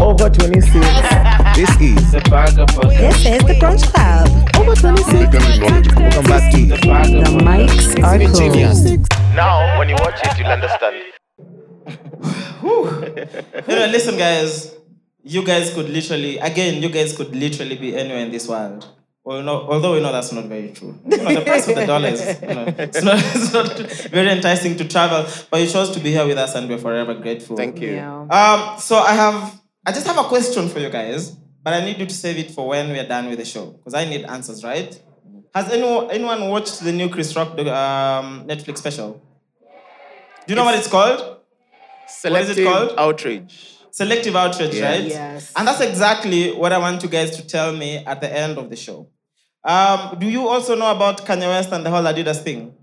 over 26. This is This is the Crunch Club. Over 26. Welcome back to The mics are Genius. cool. Now, when you watch it, you'll understand. You know, listen, guys. You guys could literally, again, you guys could literally be anywhere in this world. Well, no, although we know that's not very true. You know, the price of the dollar is, you know, it's not, it's not very enticing to travel, but you chose to be here with us and we're forever grateful. Thank you. Yeah. Um, so I have, I just have a question for you guys, but I need you to save it for when we're done with the show because I need answers, right? Has anyone anyone watched the new Chris Rock doc- um, Netflix special? Do you know what it's called? Selective called? outrage. Selective outrage, Yeah. right? Yes. And that's exactly what I want you guys to tell me at the end of the show. Um, do you also know about Kanye West and the whole Adidas thing?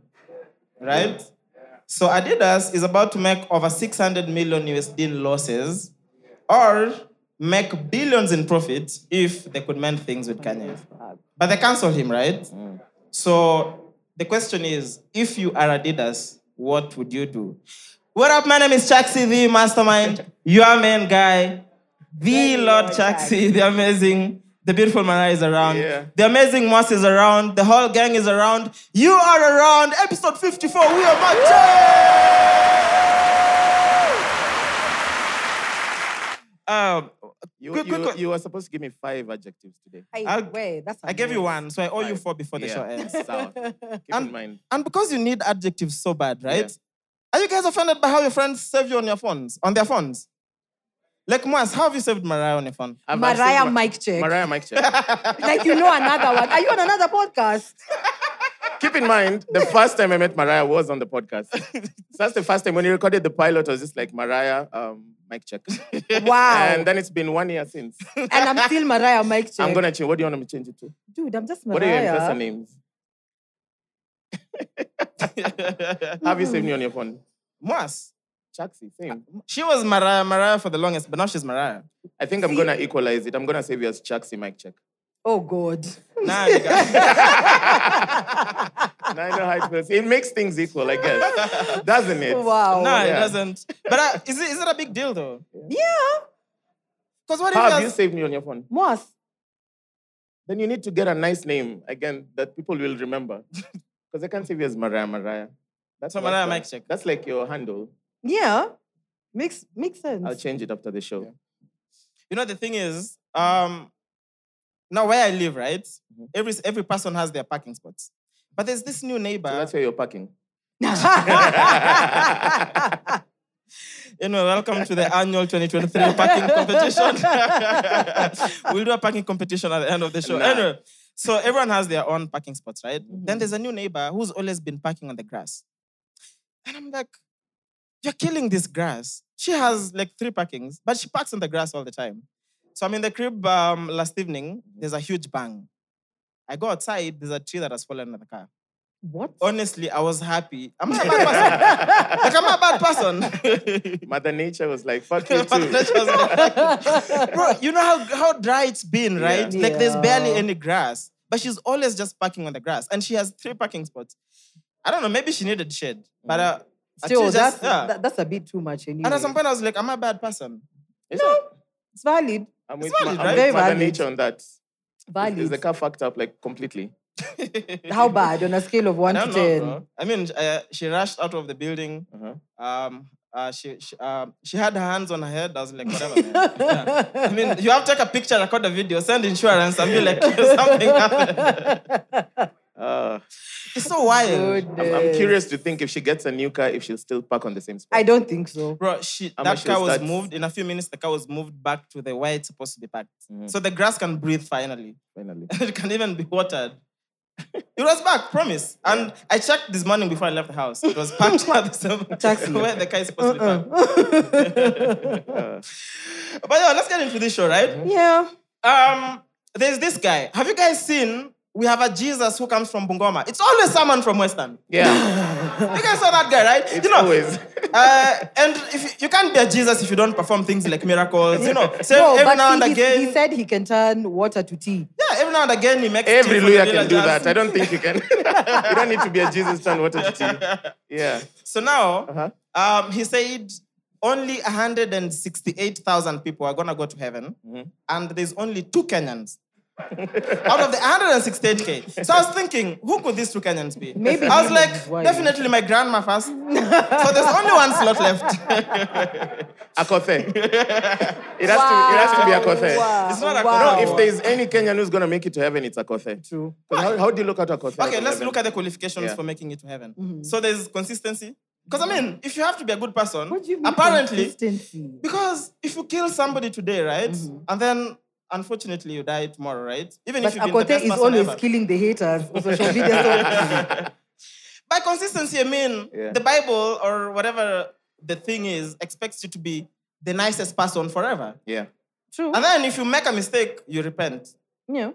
Right? So Adidas is about to make over 600 million USD in losses or make billions in profit if they could mend things with Kanye. But they cancel him, right? Mm. So the question is, if you are Adidas, what would you do? What up? My name is Chaxi, the mastermind, your main guy, the Lord Chaxi, the amazing, the beautiful Mara is around, Yeah. the amazing Moss is around, the whole gang is around, you are around, episode 54, we are marching! Um, You, Good, you, good, good. you were supposed to give me five adjectives today. Hey, I'll- wait, that's I gave you one, so I owe you Five. four before the Yeah, show ends. sound. Keep And- in mind. And because you need adjectives so bad, right? Yeah. Are you guys offended by how your friends save you on your phones, on their phones? Like Moas, how have you saved Mariah on your phone? I've- I've saved Mariah my- mic check. Mariah mic check. Like you know another one. Are you on another podcast? Keep in mind, the first time I met Mariah was on the podcast. so that's the first time when you recorded the pilot, I was just like Mariah, um, mic check. Wow. and then it's been one year since. And I'm still Mariah mic check. I'm gonna change. What do you want me to change it to? Dude, I'm just What are your Mariah. investor names? Have you saved me on your phone? Moas, Chaxi, same. she was Mariah, Mariah for the longest, but now she's Mariah. I think I'm gonna equalize it. I'm gonna save you as Chaxi mic check. oh God. Nah, nigga. Now I know how it feels. It makes things equal, I guess. Doesn't it? Wow. nah, it Oh, Yeah. doesn't. But uh, is, it, is it a big deal though? Yeah. Because what if How have you're- you saved me on your phone? Moss. Then you need to get a nice name again that people will remember. Because I can't save you as Mariah Mariah. That's So what- Mariah mic check. That's like your handle. Yeah. Makes makes sense. I'll change it after the show. You know, the thing is, um, now where I live, right? Mm-hmm. Every, every person has their parking spots. But there's this new neighbor. So that's where you're parking. Anyway, welcome to the annual 2023 parking competition. we'll do a parking competition at the end of the show. Nah. Anyway, so everyone has their own parking spots, right? Then there's a new neighbor who's always been parking on the grass. And I'm like, you're killing this grass. She has like three parkings, but she parks on the grass all the time. So I'm in the crib um, last evening. There's a huge bang. I go outside, there's a tree that has fallen on the car what? honestly, I was happy. I'm not a bad person. like, I'm not a bad person. Mother Nature was like, fuck you But too. that was- Bro, you know how, how dry it's been, right? Yeah. Like, there's Yeah. barely any grass. But she's always just parking on the grass. And she has three parking spots. I don't know, maybe she needed shade. But uh, Mm. Still, actually that's just- yeah. that, that's a bit too much. Anyway. And at some point, I was like, am I a bad person? it's valid. I'm with, It's ma- I'm valid, right? with Very Mother valid. Nature on that. Valid. Is the car fucked up like completely? How bad on a scale of one to I don't know, ten? bro. I mean, uh, she rushed out of the building. Uh-huh. Um, uh, she she, um, she had her hands on her head. I was like, whatever, man. Yeah. I mean, you have to take a picture, record the video, send insurance, and be like, something happened. Uh, It's so wild. I'm, I'm Goodness. curious to think if she gets a new car, if she'll still park on the same spot. I don't think so. Bro, she, How that much car is was that? moved. In a few minutes, the car was moved back to the way it's supposed to be parked. Mhm. So the grass can breathe finally. Finally. it can even be watered. It was back, promise. And I checked this morning before I left the house. It was parked at the same Taxi. where the car is supposed to Uh-uh. Uh-uh. be parked. Uh, But yeah, let's get into this show, right? Mm-hmm. Yeah. Um, there's this guy. Have you guys seen? We have a Jesus who comes from Bungoma. It's always someone from Western. yeah. You guys saw that guy, right? It's you know. always. Uh, and if you, you can't be a Jesus if you don't perform things like miracles, you know. So no, every but now see, and he- again, he, said he can turn water to tea. yeah, every now and again he makes. Every tea for lawyer the can do villagers. that. I don't think you can. you don't need to be a Jesus turn water to tea. Yeah. So now, Uh-huh. um, he said only 168,000 people are going to go to heaven, Mm-hmm. and there's only two Kenyans. out of the 168k. So I was thinking, who could these two Kenyans be? Maybe I was Helen like, is why- definitely my grandma first. so there's only one slot left. Akothe. It has, to, it has to be Akothe. Wow. It's not a- wow. No, if there's any Kenyan who's going to make it to heaven, it's Akothe. True. But How, how do you look at Akothe? Okay, let's look at the qualifications Yeah. for making it to heaven. Mm-hmm. So there's consistency. Because I mean, if you have to be a good person, What do you mean apparently, consistency? because if you kill somebody today, right, and then unfortunately you die tomorrow, right? Even Mm-hmm. But if Akote you've been the best is person always ever. killing the haters on social media. So By consistency, I mean Yeah. the Bible or whatever the thing is expects you to be the nicest person forever. Yeah. true. And then if you make a mistake, you repent. Yeah.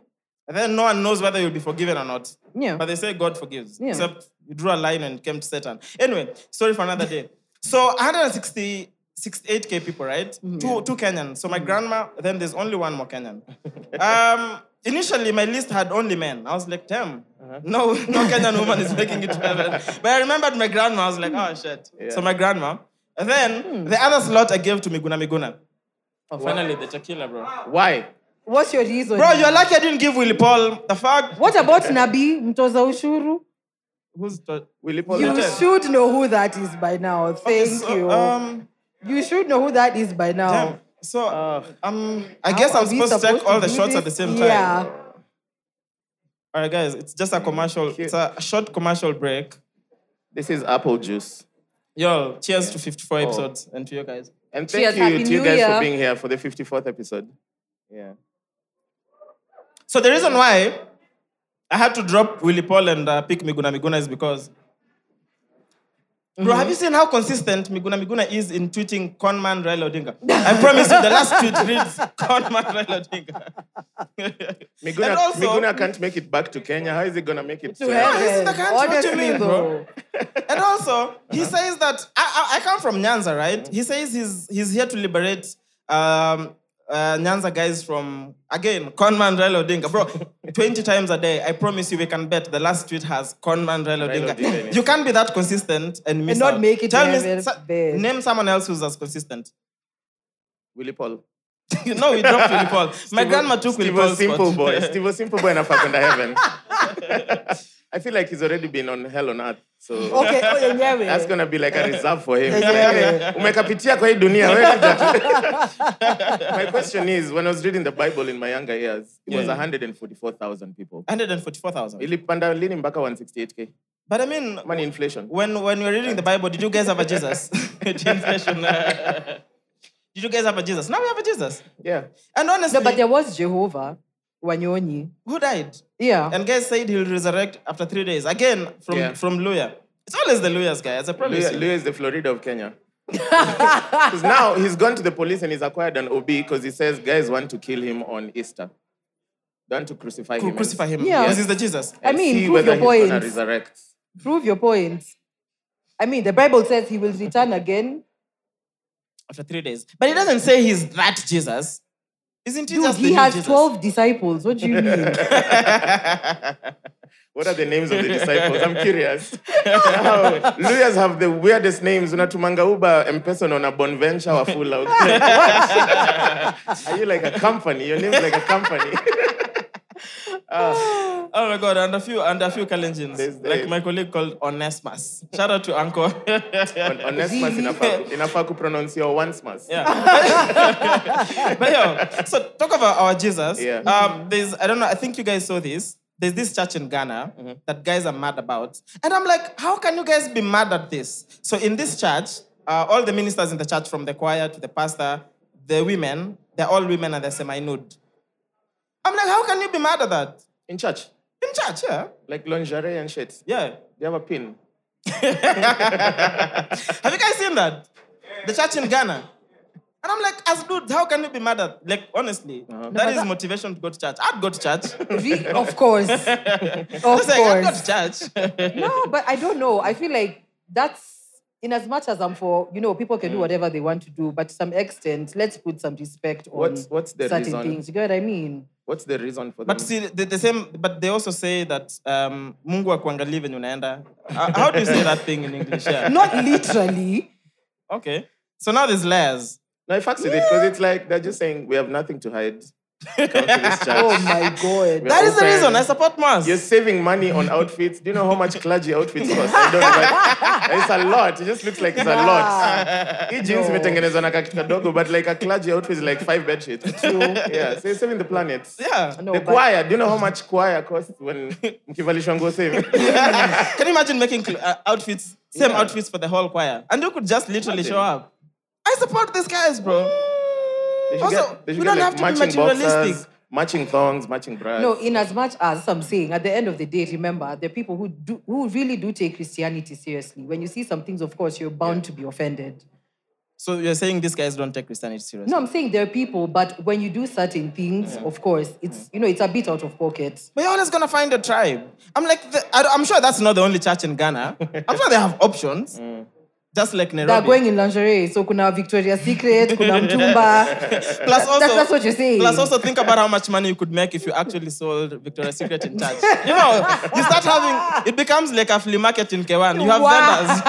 And then no one knows whether you'll be forgiven or not. Yeah. But they say God forgives. Yeah. Except you drew a line and came to Satan. Anyway, sorry for another day. So 160. 68k people, right? Mm-hmm. Two, two Kenyans. So my grandma, then there's only one more Kenyan. um, initially, my list had only men. I was like, damn, Uh-huh. no, no Kenyan woman is making it to heaven. But I remembered my grandma. I was like, oh shit. So my grandma. And then Hmm. the other slot I gave to Miguna Miguna. Oh, Finally, the tequila, bro. Why? What's your reason? Bro, you're lucky I didn't give Willie Paul. The fuck? what about Nabi Mtoza Ushuru? Who's the, Will Paul You Yes. should know who that is by now. Thank Oh, So, you. Um, you should know who that is by now. Damn. So um, I guess How I'm are we supposed, to take supposed all the do shots at the this? same time. Yeah. All right, guys, it's just a commercial. It's a short commercial break. This is apple juice. Yo, cheers to 54 episodes and to you guys. And Cheers, thank Happy you to you New guys Year. for being here for the 54th episode. Yeah. So the reason why I had to drop Willie Paul and uh, pick Miguna Miguna is because. Bro, have you seen how consistent Miguna Miguna is in tweeting conman Raila Odinga? I promise you, the last tweet reads conman Raila Odinga. Miguna, And also- Miguna can't make it back to Kenya. How is he going to make it To to heaven? this is heaven. the country, what do you Honestly, mean, bro? though. And also, he says that I, I, I come from Nyanza, right? He says he's he's here to liberate um, uh, Nyanza guys from again conman Raila Odinga, bro. Twenty times a day, I promise you, we can bet the last tweet has conman Raila Raila Odinga. Odinga, yeah. You can't be that consistent and miss And not out. make it Tell me, heaven, so- babe. name someone else who's as consistent. Willie Paul. you know, we dropped Willie Paul. My grandma took Willie Steve Paul's Simple spot. Boy. Steve Simple Boy and Afakunda Heaven. I feel like he's already been on hell on earth. So Okay, oh, yenyewe. that's going to be like a reserve for him. Yenyewe. Umekapitia kwa hii dunia. wewe kuja. my question is, when I was reading the Bible in my younger years, it was Yeah. 144,000 people. 144,000. Ilipanda lini mpaka 168k? But I mean, Money inflation. when when you were reading the Bible, did you guys have a Jesus? Translation. did you guys have a Jesus? Now we have a Jesus. Yeah. And honestly, No, but there was Jehovah Wanyonyi. who died? Yeah. And guys said he'll resurrect after three days. Again, from Yeah. from Luya. It's always the Luyas, guys. I promise Louis, you. Louis is the Florida of Kenya. Because now he's gone to the police and he's acquired an OB because he says guys want to kill him on Easter. They want to crucify Cru- him. crucify him. Yeah. Because he's the Jesus. I and mean, see prove your whether he's gonna point. resurrect. Prove your point. I mean, the Bible says he will return again. After three days. But he doesn't say he's that Jesus. Isn't Dude, Jesus the he new has Jesus? 12 disciples. What do you mean? What are the names of the disciples? I'm curious. Now, Lawyers have the weirdest names. Unatumanga uba M-Pesa on a bonventure or full Are you like a company? Your name's like a company. Oh my god, and a few and a few Kalenjins. There's the- like my colleague called Onesmus. Shout out to Uncle. on, on next month, inafaa, inafaa kupronounce your once mas. but yeah, so talk about our Jesus. Yeah. Um, there's I don't know. I think you guys saw this. There's this church in Ghana that guys are mad about, and I'm like, how can you guys be mad at this? So in this church, uh, all the ministers in the church, from the choir to the pastor, the women, they're all women and they're semi-nude. I'm like, how can you be mad at that In church, in church? Yeah, like lingerie and shit. yeah. They have a pin. Have you guys seen that? The church in Ghana. And I'm like, as dude, how can you be mad at? Like, honestly, that is motivation to go to church. I'd go to church. Re- of course. of Just like, I'd go course. to church. No, but I don't know. I feel like that's in as much as I'm for, you know, people Hmm. can do whatever they want to do, but to some extent, let's put some respect on What's- what's the certain reason? things. You get what I mean? What's the reason for that? but see, the, the same. But they also say that um, Mungu akuangalii venye unaenda. Uh, How do you say that thing in English? Yeah. Not literally, Okay. So now there's layers. No, I fucks with it because it's like they're just saying we have nothing to hide. Come to this church. Oh my god. That is the open. reason I support Mars. You're saving money on outfits. Do you know how much clergy outfits cost? I don't know. But it's a lot. It just looks like it's a lot. Hii jeans imetengenezwa na kakitu kadogo, but like a clergy outfit is like five bed sheets. Yeah, so you're saving the planet. Yeah. No, the but- choir. Do you know how much choir costs when mkivalishwa nguo same? Can you imagine making cl- uh, outfits, same Yeah. outfits for the whole choir? And you could just literally Imagine. show up. I support these guys, bro. They should Also, get- they should get, we don't have to be matching materialistic. boxers, matching thongs, matching bras. No, in as much as I'm saying, at the end of the day, remember the people who do who really do take Christianity seriously. When you see some things, of course, you're bound to be offended. So you're saying these guys don't take Christianity seriously? No, I'm saying there are people, but when you do certain things, of course, it's you know it's a bit out of pocket. But you're always gonna find a tribe. I'm like, the, I, am sure that's not the only church in Ghana. I'm sure they have options, Mm. just like They're Nairobi. going in lingerie, so kuna Victoria's Secret, kuna Mtumba. plus, also, that's what you're saying. plus, also think about how much money you could make if you actually sold Victoria's Secret in church. You know, you start having it becomes like a flea market in Kewan. You have Wow. vendors.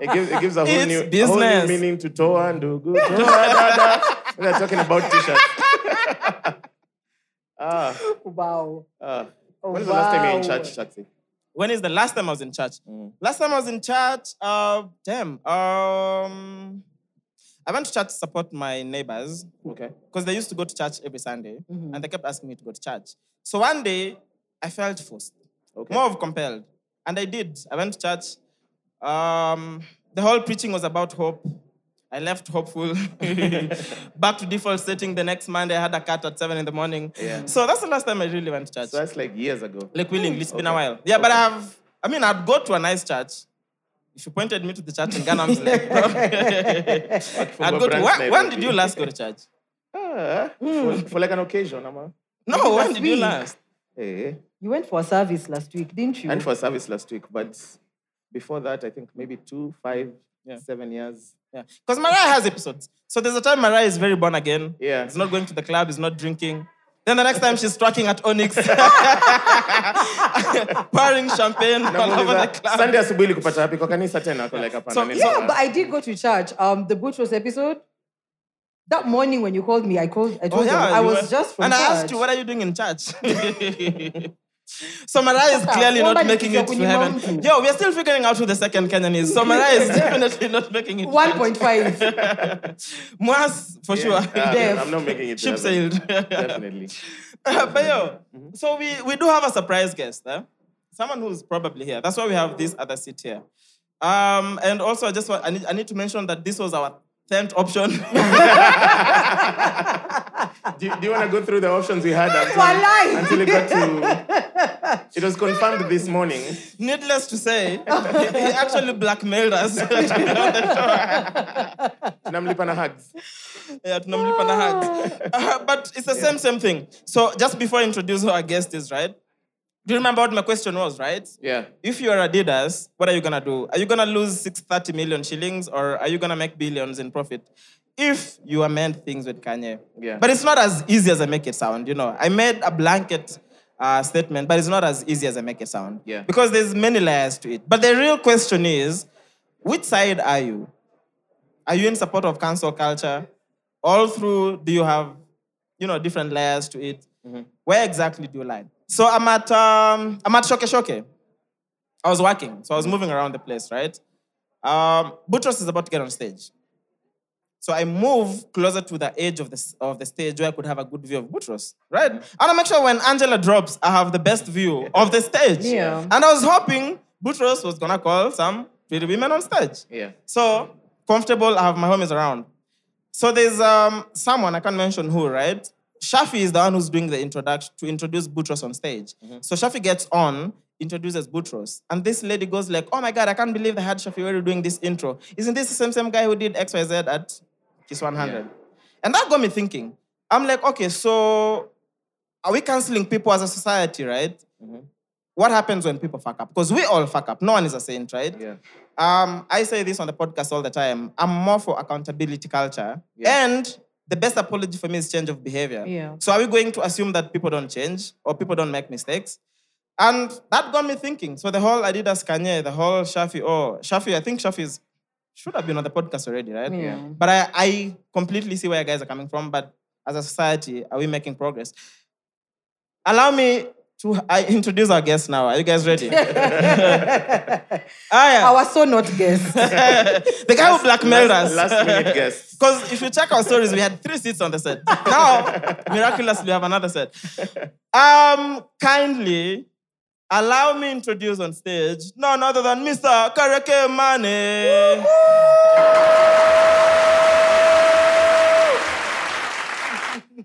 It gives, it gives a whole It's new, a whole new business. meaning to Toa and Dugu. Toa, dada. We're talking about t-shirts. ah, wow. ah. Oh, When was the last time you were in wow. church, Shakti? When is the last time I was in church? Mm. Last time I was in church, uh, damn, um, I went to church to support my neighbors. Okay. because they used to go to church every Sunday, Mm-hmm. and they kept asking me to go to church. So one day, I felt forced, Okay. more of compelled, and I did. I went to church. Um, the whole preaching was about hope. I left hopeful, back to default setting. The next Monday, I had a cut at seven in the morning. Yeah. So that's the last time I really went to church. So that's like years ago. like willingly, it's been a Hmm, Okay. while. Yeah, but I've. I mean, I'd go to a nice church. If you pointed me to the church in Ghana, I'm like, bro. I'd go to. Brands When, when Nairobi. did you last go to church? Ah, for, for like an occasion, Ama. No, when Last did you week. last? Hey. You went for a service last week, didn't you? And for service last week. But before that, I think maybe two, five, Yeah. seven years. Yeah. Because Mariah has episodes. So there's a time Mariah is very born again. Yeah. It's not going to the club, it's not drinking. Then the next time she's tracking at Onyx, pouring champagne all over the Namuuliza, club. Sunday asubuhi likupata wapi kwa kanisa tena ako like hapana. So- yeah, nilikuwa- but I did go to church. Um, the Butros episode. That morning when you called me, I called. I told you I Oh, you was were- just from And church. I asked you, what are you doing in church? so Mariah is clearly not Woman making it to kwenye heaven. mountain. Yo, we are still figuring out who the second Kenyan is. So Mariah is definitely not making it. to One church. point five. Mwas, for Yeah, sure. ah, Def. I'm not making it. to Ship heaven. sailed. Definitely. Mm-hmm. but yo, so we, we do have a surprise guest, eh? someone who's probably here. That's why we have this other seat here. Um, and also, I just want, I need, I need to mention that this was our tenth option. Do you, do you want to go through the options we had until, Walai. until it got to? It was confirmed this morning. Needless to say, he, he actually blackmailed us. Tunamlipa na hugs. yeah, tunamlipa na hug. Uh, but it's the same same thing. So just before I introduce who our guest is, right? Do you remember what my question was, right? Yeah. If you are Adidas, what are you gonna do? Are you gonna lose 630 million shillings or are you gonna make billions in profit? If you amend things with Kanye. Yeah. But it's not as easy as I make it sound, you know. I made a blanket uh, statement, but it's not as easy as I make it sound. Yeah. Because there's many layers to it. But the real question is, which side are you? Are you in support of cancel culture? All through, do you have, you know, different layers to it? Where exactly do you lie? So I'm at um, I'm at Shoke Shoke. I was working, so I was moving around the place, right? Um, Butros is about to get on stage. So I move closer to the edge of the, s- of the stage where I could have a good view of Butros, right? And I make sure when Angela drops, I have the best view of the stage. Yeah. And I was hoping Butros was gonna call some pretty women on stage. Yeah. So comfortable, I have my homies around. So there's um, someone, I can't mention who, right? Shafi is the one who's doing the introduction to introduce Butros on stage. So Shafi gets on, introduces Butros, and this lady goes like, "Oh my God, I can't believe they had Shafi already doing this intro. Isn't this the same same guy who did X Y Z at Kiss 100?" And that got me thinking. I'm like, okay, so are we canceling people as a society, right? What happens when people fuck up? Because we all fuck up. No one is a saint, right? Yeah. Um, I say this on the podcast all the time. I'm more for accountability culture. Yeah. And the best apology for me is change of behavior. Yeah. So are we going to assume that people don't change or people don't make mistakes? And that got me thinking. So the whole Adidas Kanye, the whole Shafi, oh, Shafi, I think Shafi is should have been on the podcast already, right? Yeah. But I, I completely see where you guys are coming from. But as a society, are we making progress? Allow me to I introduce our guest now. Are you guys ready? I ah, was so not guest. yeah. the guy who blackmailed us. Last minute guess. Because if you check our stories, we had three seats on the set. Now, miraculously, we have another set. Um, kindly allow me introduce on stage none other than Mr. Kareke Mane.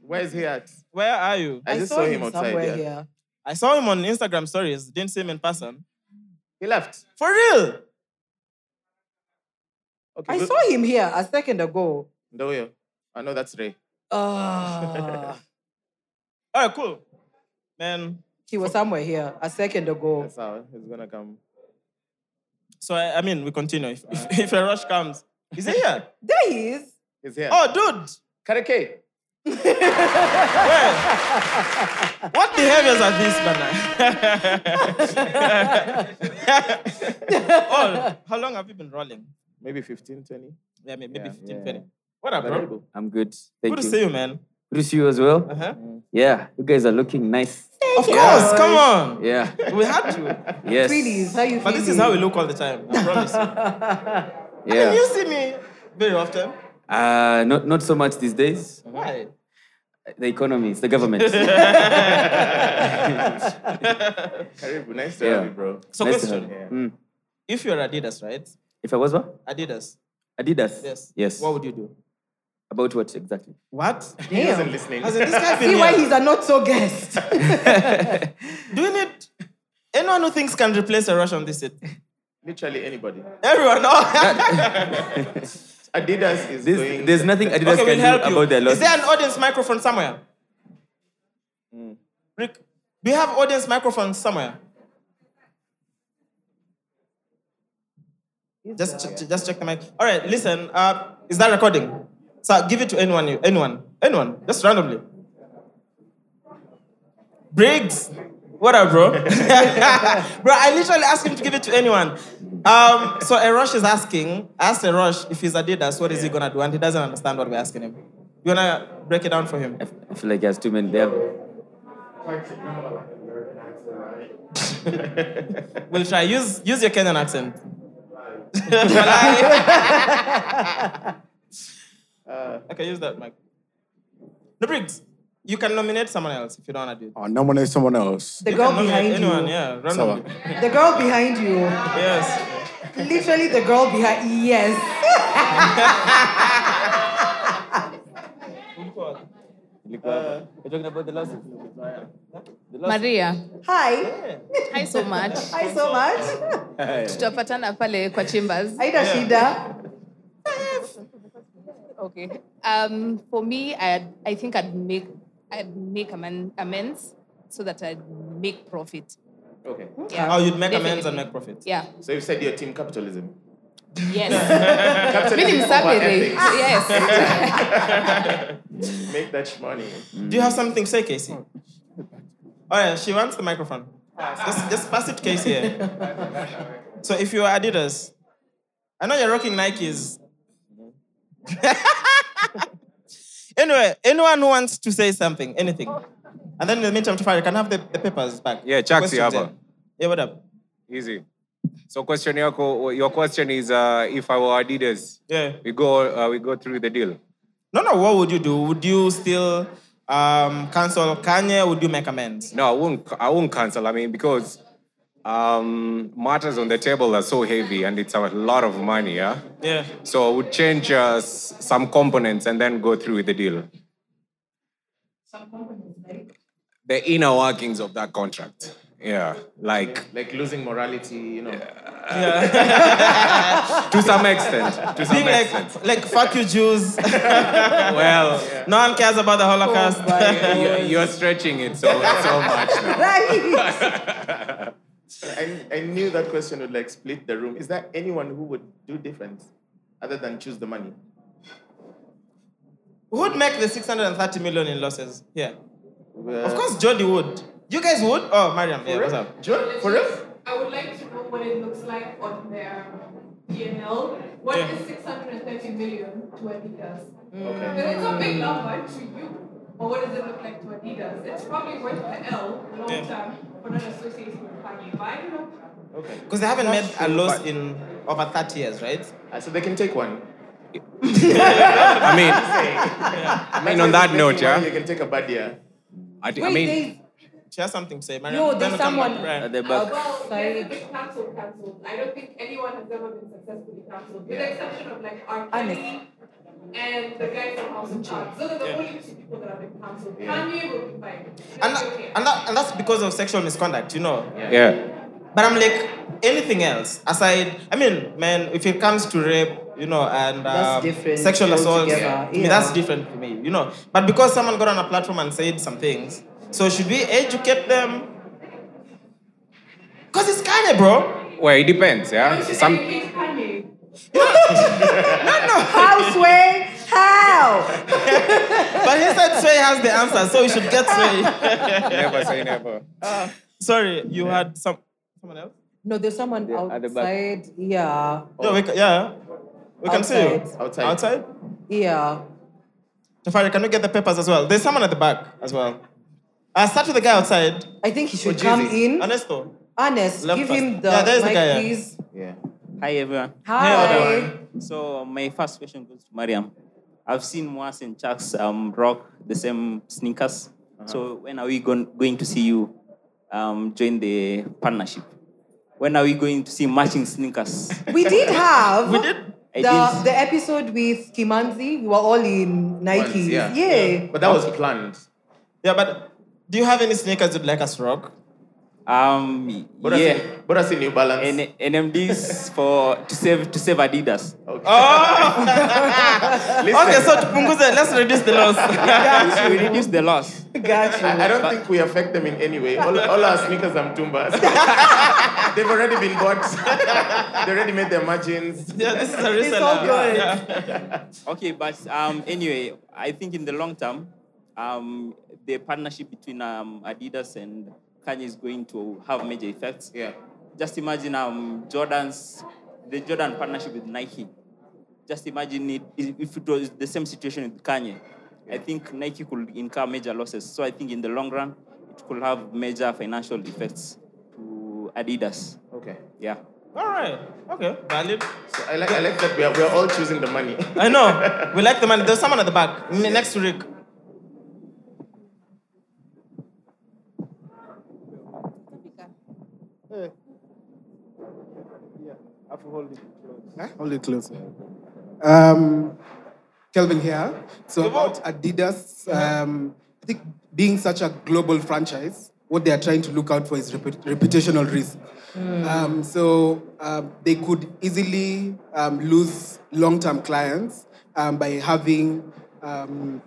Where is he at? Where are you? I just saw, him outside. somewhere Yeah. here. I saw him on Instagram stories. Didn't see him in person. He left. For real? Okay. I good. saw him here a second ago. Ndio huyo. I know that's Ray. Ah, All right, cool. Man, he was somewhere here a second ago. That's how he's gonna come. so I, I mean, we continue. If, if, if a rush comes, is he here? There he is. He's here. Oh, dude. Karake. Where? What behaviors are these, man? oh, how long have you been rolling? Maybe 15, 20. Yeah, may- maybe Yeah, 15, yeah. 20. What up, bro? Variable. I'm good. Thank Good to you. see you, man. Good to see you as well. Uh-huh. Yeah, you guys are looking nice. Of course, come on. Yeah. We had to. Yes. Please, how you But this is how we look all the time, I promise. you. Can Yeah. you see me very often? Uh, not not so much these days. Why? The economy, it's the government. Karibu. Nice to Yeah. have you, bro. So, Nice to question have you. Mm. if you're Adidas, right? If I was what? Adidas, Adidas. yes. Yes. What would you do? About what exactly? What? He Damn. wasn't listening. Has this guy been See why here? he's a not so guest. Do we need anyone who thinks can replace a rush on this seat? Literally anybody. Everyone, oh. Adidas is There's, going. there's nothing Adidas okay, we'll can help do you. about their Is loss. there an audience microphone somewhere? Hmm. Rick, do you have audience microphone somewhere? Just, ch- ch- just check the mic. All right, listen. Uh, is that recording? So give it to anyone, you, anyone, anyone, just randomly. Briggs, what up, bro? bro, I literally asked him to give it to anyone. Um, so Erosh is asking, asked Erosh if he's Adidas, what is he gonna do? And he doesn't understand what we're asking him. You wanna break it down for him? I f- I feel like there's too many there. We'll try. Use use your Kenyan accent. Uh. okay, use that, Mike. No, Briggs, you can nominate someone else if you don't wanna do it. I'll nominate someone else. The girl Oh, Nominate behind anyone, you. yeah, Someone. randomly. The girl behind you. Yes. Literally the girl behind. Yes. Uh, You're talking about the losses? Maria, Hi. hi so much. Hi so much. Tutapatana pale kwa Chambers. Aida Shida. Okay. Um, for me, I I think I'd make I'd make amen, amends so that I'd make profit. Okay. Yeah. Oh, you'd make amends Definitely. and make profit. Yeah. So you said your team capitalism. Yes. Mimi Capitalism ni over msafi they. ethics. Yes. Make that money. Do you have something to say, Casey? Oh yeah, she wants the microphone. Just, just pass it, Casey. yeah. so if you're Adidas, I know you're rocking Nikes. anyway, anyone who wants to say something, anything, and then in the meantime, Tafari, can I have the, the papers back? Yeah, Chucks, Questions you have there. one. Yeah, what up? Easy. So question yako, your question is uh, if I were Adidas, Yeah. we go uh, we go through the deal. No, no. What would you do? Would you still um, cancel Kanye? Would you make amends? No, I won't. I won't cancel. I mean because um, matters on the table are so heavy and it's a lot of money. Yeah. Yeah. So I would change uh, s- some components and then go through with the deal. The inner workings of that contract. Yeah, like Like losing morality, you know. to some extent. To some Being extent. like, like fuck you, Jews. Well, No one cares about the Oh Holocaust. you're, you're stretching it so so much now. Right. I, I knew that question would like split the room. Is there anyone who would do different other than choose the money? Who'd make the 630 million in losses? Yeah. Well, Of course, Jody would. You guys would? Oh, Mariam. Yeah, what's up? John, for real? I would like to know what it looks like on their you know? What Yeah. is 630 million to Adidas? But it's a big number to you. But what does it look like to Adidas? It's probably worth the L long Yeah. term for not associating with Kanye. But I don't know. Because they haven't made a loss in over 30 years, right? I said Ah, they can take one. I mean, I mean, on that note, yeah. You can take a bad year. I, thi- Wait, I mean, there's, She has something to say. Mariam, no, then there's we'll come back. someone Right. At the back. Well, there's a outside. big cancelled, cancelled. I don't think anyone has ever been successfully cancelled, with the exception of like R. Kelly Honest. and the guy from House of Cards. Those are the only two people that have been cancelled. Kanye will be fine. And, that- and, that, and that's because of sexual misconduct, you know. yeah. But I'm like, anything else aside, I mean, man, if it comes to rape, you know, and That's um, different sexual assault, altogether, to me, that's yeah. different to me, you know. But because someone got on a platform and said some things, so should we educate them? Because it's Kanye, bro. Well, it depends, yeah. Should Some, educate Kanye. How, Sway? How? But he said Sway has the answer, so we should get Sway. never say never. Sorry, you had some someone else. No, there's someone at the back. outside. Yeah. Yeah, we ca- yeah, we can see you Outside. outside. Yeah. Tafari, can we get the papers as well? There's someone at the back as well. Uh, start with the guy outside. I think he Oh, should come in. Ernesto. Honest, Left give first. him the Yeah, there's the mic, guy, yeah. please. Yeah. Hi, everyone. Hi. So, my first question goes to Mariam. I've seen Moas and Chucks um, rock the same sneakers. So, when are we gon- going to see you um, join the partnership? When are we going to see matching sneakers? We did have we did. I The, didn't- the episode with Kimanzi. We were all in Nike. Once, yeah. Yay. But that was planned. Yeah, but do you have any sneakers you'd like us to rock? Um, But I see, yeah. but I see New Balance. N- NMDs for to save to save Adidas. Oh! Listen, Okay, so to Punguza, let's reduce the loss. Yeah, we reduce the loss. Got you. I, I don't think we affect them in any way. All, all our sneakers are Mtumbas. They've already been bought. they already made their margins. yeah, this is a reseller. It's all good. Okay, but um, anyway, I think in the long term, um, the partnership between um, Adidas and Kanye is going to have major effects. Yeah. Just imagine um, Jordan's the Jordan partnership with Nike. Just imagine it if if it was the same situation with Kanye. I think Nike could incur major losses. So I think in the long run, it could have major financial effects to Adidas. Okay. Yeah. All right. Okay. Valid. So I like, I like that we are, we are all choosing the money. I know. We like the money. There's someone at the back. N- Next to Rick. Hold it close. Um, Kelvin here. So about Adidas, um, I think being such a global franchise, what they are trying to look out for is reput- reputational risk. Hmm. Um, so um, they could easily um, lose long-term clients um, by having um,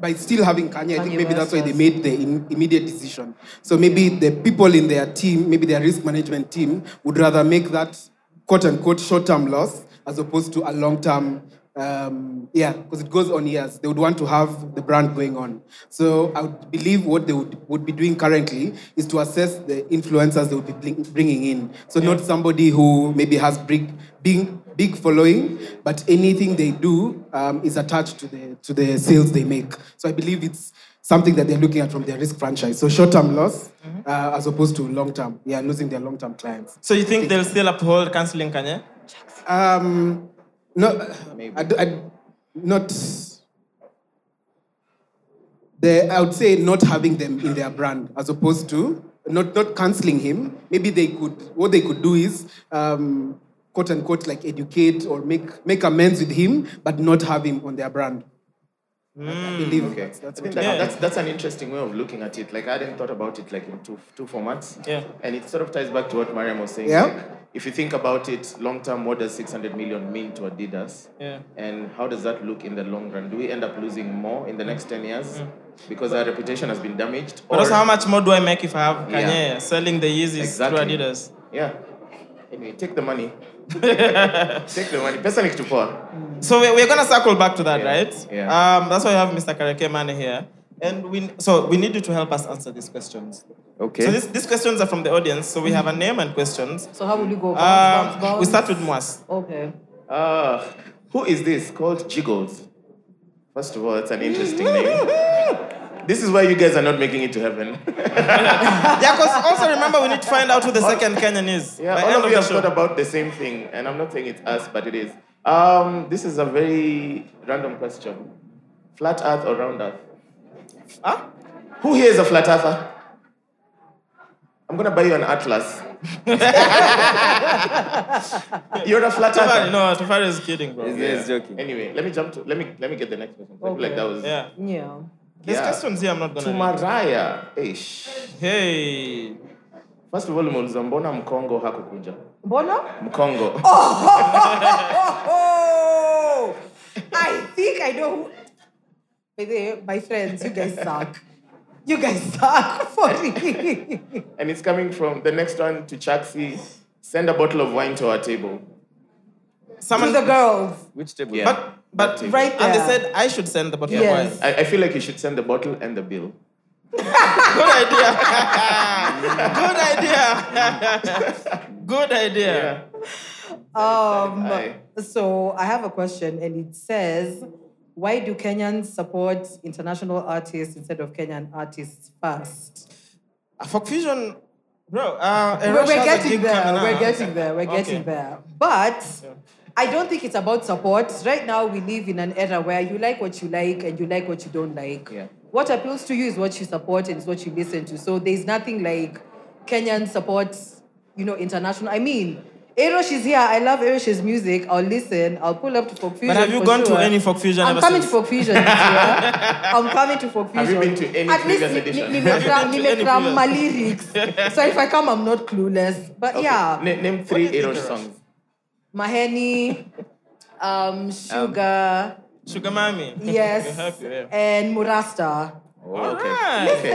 by still having Kanye, I Kanye think maybe that's why West they was- made the im- immediate decision. So maybe the people in their team, maybe their risk management team, would rather make that quote unquote short term loss as opposed to a long term. Um, yeah, because it goes on years. They would want to have the brand going on. So I would believe what they would, would be doing currently is to assess the influencers they would be bring- bringing in. So not somebody who maybe has big, big, big following, but anything they do um, is attached to the to the sales they make. So I believe it's something that they're looking at from their risk franchise. So short-term loss uh, as opposed to long-term, yeah, losing their long-term clients. So you think they'll still uphold canceling Kanye? Um, no, I, d- I d- not. The, I would say not having them in their brand as opposed to not not canceling him. Maybe they could what they could do is um, quote unquote like educate or make make amends with him, but not have him on their brand. I believe that's, that's I what think I- that, that's, that's an interesting way of looking at it. Like, I hadn't thought about it like in two, two formats. Yeah. And it sort of ties back to what Mariam was saying. Yeah. Like, if you think about it long term, what does 600 million mean to Adidas? Yeah. And how does that look in the long run? Do we end up losing more in the next 10 years because our reputation has been damaged? Mm. But also, how much more do I make if I have Kanye Yeah. selling the Yeezys Exactly. through Adidas? Yeah. Anyway, take the money. take the money. Pesa ni kitu poa. So we- we're gonna circle back to that, Yeah, right? yeah. Um, that's why we have Mr. Karake Mane here, and we so we need you to help us answer these questions. Okay. So this, these questions are from the audience. So we have a name and questions. So how will you go? Mm-hmm. Bounce, bounce, Um, bounce? we start with Mwas. Okay. Ah, who is this called Jiggles? First of all, it's an interesting name. This is why you guys are not making it to heaven. Yeah, because also remember we need to find out who the second Kenyan is. Yeah, by all end of you the have show. thought about the same thing, and I'm not saying it's us, but it is. Um, this is a very random question. Flat Earth or round Earth? Huh? Who here is a flat earther? I'm gonna buy you an atlas. You're a flat Tufari, earther. no, Tufari is kidding, bro. He's- he's joking. Anyway, let me jump to let me let me get the next question. I feel like that was Yeah. Yeah. There's Yeah. questions here I'm not to gonna read. Mariah. Ish. Hey. First of all, umeuliza mbona mkongo hakukuja? Bono? Mkongo. Oh! I think I know who. By the way, my friends, you guys suck. You guys suck for real. And it's coming from the next one to Chaxi. Send a bottle of wine to our table. to Someone the girls. Which table? Yeah. but but Right and they there. said I should send the bottle Yes. of wine. I, I feel like you should send the bottle and the bill. Good idea. Good idea. Good idea. Um, Aye. so I have a question, and it says, why do Kenyans support international artists instead of Kenyan artists first? Uh, For fusion, bro. Uh, We're, Erosia we're has a getting gig there. coming We're up. getting there. We're Okay. getting there. But I don't think it's about support. Right now, we live in an era where you like what you like and you like what you don't like. Yeah. What appeals to you is what you support and is what you listen to. So there's nothing like Kenyan support, you know, international. I mean, Erosh is here. I love Erosh's music. I'll listen. I'll pull up to Folk Fusion. have you for gone to sure. any Folk Fusion I'm ever coming since? to Folk Fusion this year. I'm coming to Folk Fusion. Have you been to At any least previous ni- edition? ni- Have you nimekra- been to any nimekram previous? my lyrics. so if I come, I'm not clueless. But Okay. yeah, Na- name three do you think, Eros Eros? songs. Maheni, um, Sugar, Sugar Mami. yes, We're happy, yeah. and Murasta. All okay. right. Listen,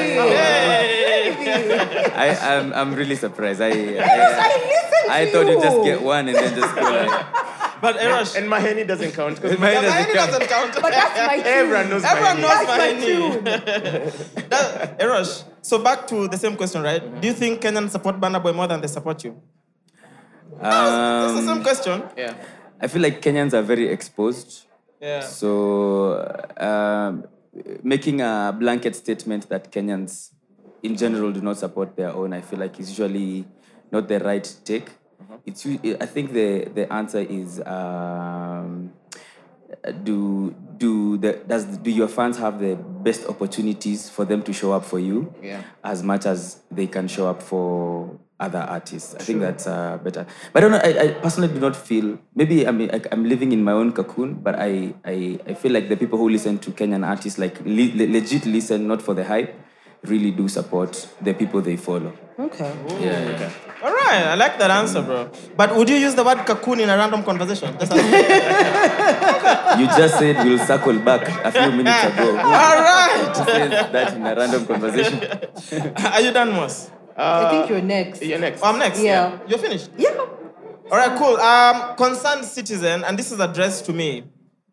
Hey. Yes, I, I'm, I'm really surprised. I, I I, listen to I thought you just you. get one and then just go like. But Erosh, And Maheni doesn't count because Mine Mine doesn't count. doesn't count. But that's my tune. everyone knows Everyone Maheni. knows That's my my tune. name. That- Erosh, so back to the same question, right? Do you think Kenyans support Burna Boy more than they support you? That's the same Um, question. Yeah. I feel like Kenyans are very exposed. Yeah. So, um, making a blanket statement that Kenyans in general do not support their own, I feel like is usually not the right take. It's, u- I think the, the answer is um, do, do, the, does, do your fans have the best opportunities for them to show up for you Yeah. as much as they can show up for other artists? I think that's uh, better. But I don't know, I, I personally do not feel, maybe I mean, I, I'm living in my own cocoon, but I, I, I feel like the people who listen to Kenyan artists, like le- le- legit listen, not for the hype, really do support the people they follow. Okay. All right, I like that answer, bro. But would you use the word cocoon in a random conversation? Just as- You just said we'll circle back a few minutes ago. Who All right. says that in a random conversation? Are you done, Moss? I think you're next. You're next. Oh, I'm next. Yeah. You're finished. Yeah. All right, cool. Um, concerned citizen, and this is addressed to me.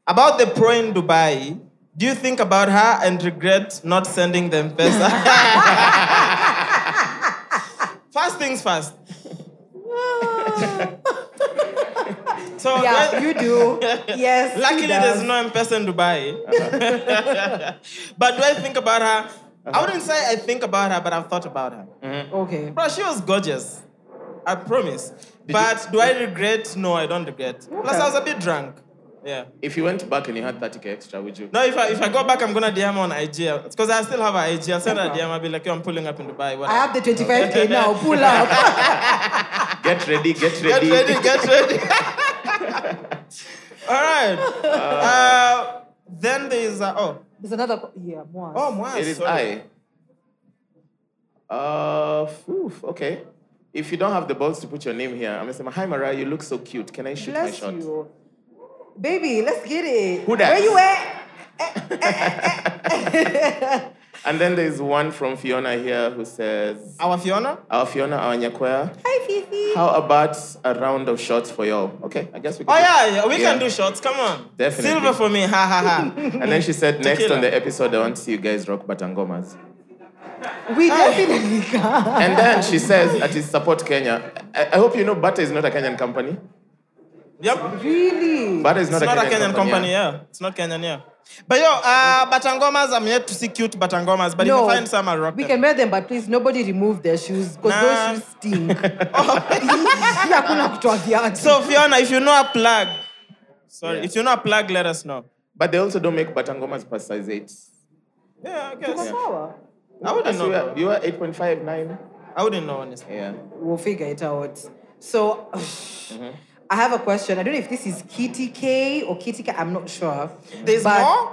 About the pro in Dubai, do you think about her and regret not sending them first? first things first. So Yeah, when- you do. Yes. he Luckily, there's does. no M-Pesa in Dubai. but do I think about her? I wouldn't say I think about her, but I've thought about her. Okay. Bro, she was gorgeous. I promise. but do I regret? No, I don't regret. Plus, I was a bit drunk. Yeah. If you went back and you had 30k extra, would you? No, if I, if I go back, I'm gonna DM her on IG. Because I still have her IG. I'll send her a DM. I'll be like, yo, I'm pulling up in Dubai. What I have the 25k now. Pull up. Get ready, get Get ready. ready, get ready. All right. Uh, then there is, uh, oh, There's another. co- Yeah, more. oh, wow. It is sorry. I. Uh, oof, okay. If you don't have the balls to put your name here, I'm gonna say, hi Mariah, you look so cute. Can I shoot my Bless shot? you. Baby, let's get it. Who dat? Where you at? And then there's one from Fiona here who says, Our Fiona? our Fiona, our Nyakwea, Hi, Fifi. how about a round of shots for y'all? Okay, I guess we can. Oh do- yeah, yeah. we can Yeah. do shots. Come on, Definitely. silver for me. Ha ha ha. And then she said, next Tequila. on the episode, I want to see you guys rock Batangomas. We definitely can. And then she says that is support Kenya. I, I hope you know Bata is not a Kenyan company. Yep. Really? Bata is It's not, not, a, a Kenyan company, yeah. It's not Kenyan, yeah. But yo, uh, Batangomas, I'm yet to see cute Batangomas, but if no, I find some, I'll rock we them. can wear them, but please nobody remove their shoes because Nah. those shoes stink. Hakuna kutoa viatu. So, Fiona, if you know a plug, sorry, if you know a plug, let us know. But they also don't make Batangomas per size 8. Yeah, I guess. Sawa. I wouldn't You know. are, you are 8.5, 9. I wouldn't know, honestly. Yeah. We'll figure it out. So Mm-hmm. I have a question. I don't know if this is Kitty K or Kitty K. I'm not sure. There's But more?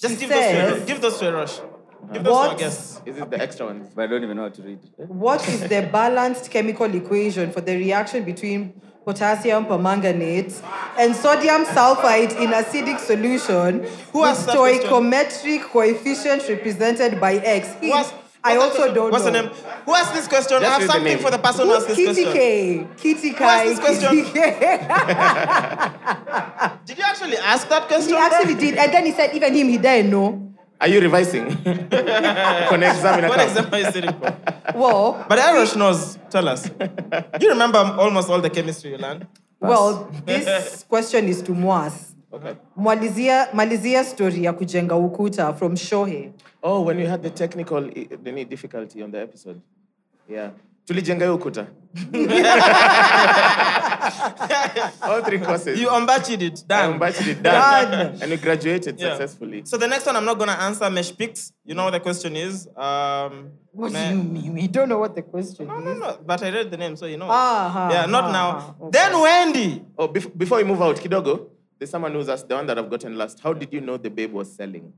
Just she give those, to, says- give those to a rush. Give those to What? a guest. Is it the extra ones? But I don't even know how to read. What is the balanced chemical equation for the reaction between potassium permanganate and sodium sulfite in acidic solution Who with asked that question? stoichiometric coefficient represented by X? Who asked- I what's also the- don't what's know. the name? Who asked this question? I Just have read the something name. for the person who Who's asked this Kitty question. K? Kitty K. asked this Kitty K. Did you actually ask that question? he actually did. And then he said, even him, he didn't know. Are you revising? Kona examiner What cup. example is it for? Well, But Arosh knows. Tell us. You remember almost all the chemistry you learned. well this question is to Mwas. Okay. Mwalizia, malizia story ya kujenga ukuta from Shohei. Oh, when we had the technical i- nini difficulty on the episode. Yeah. Tulijenga hiyo ukuta. All three courses. You unbatched it. I Done. unbatched it, done. Done. And we graduated Yeah. successfully. So the next one I'm not gonna answer mesh picks. You know what the question is. Um, What me- do you mean? We don't know what the question No, is. no, no. But I read the name, so you know. Ah, yeah, ah, not ah, now. ah, okay. Then Wendy. Oh, bef- before we move out, Kidogo, there's someone who's asked, the one that I've gotten last, how did you know the babe was selling?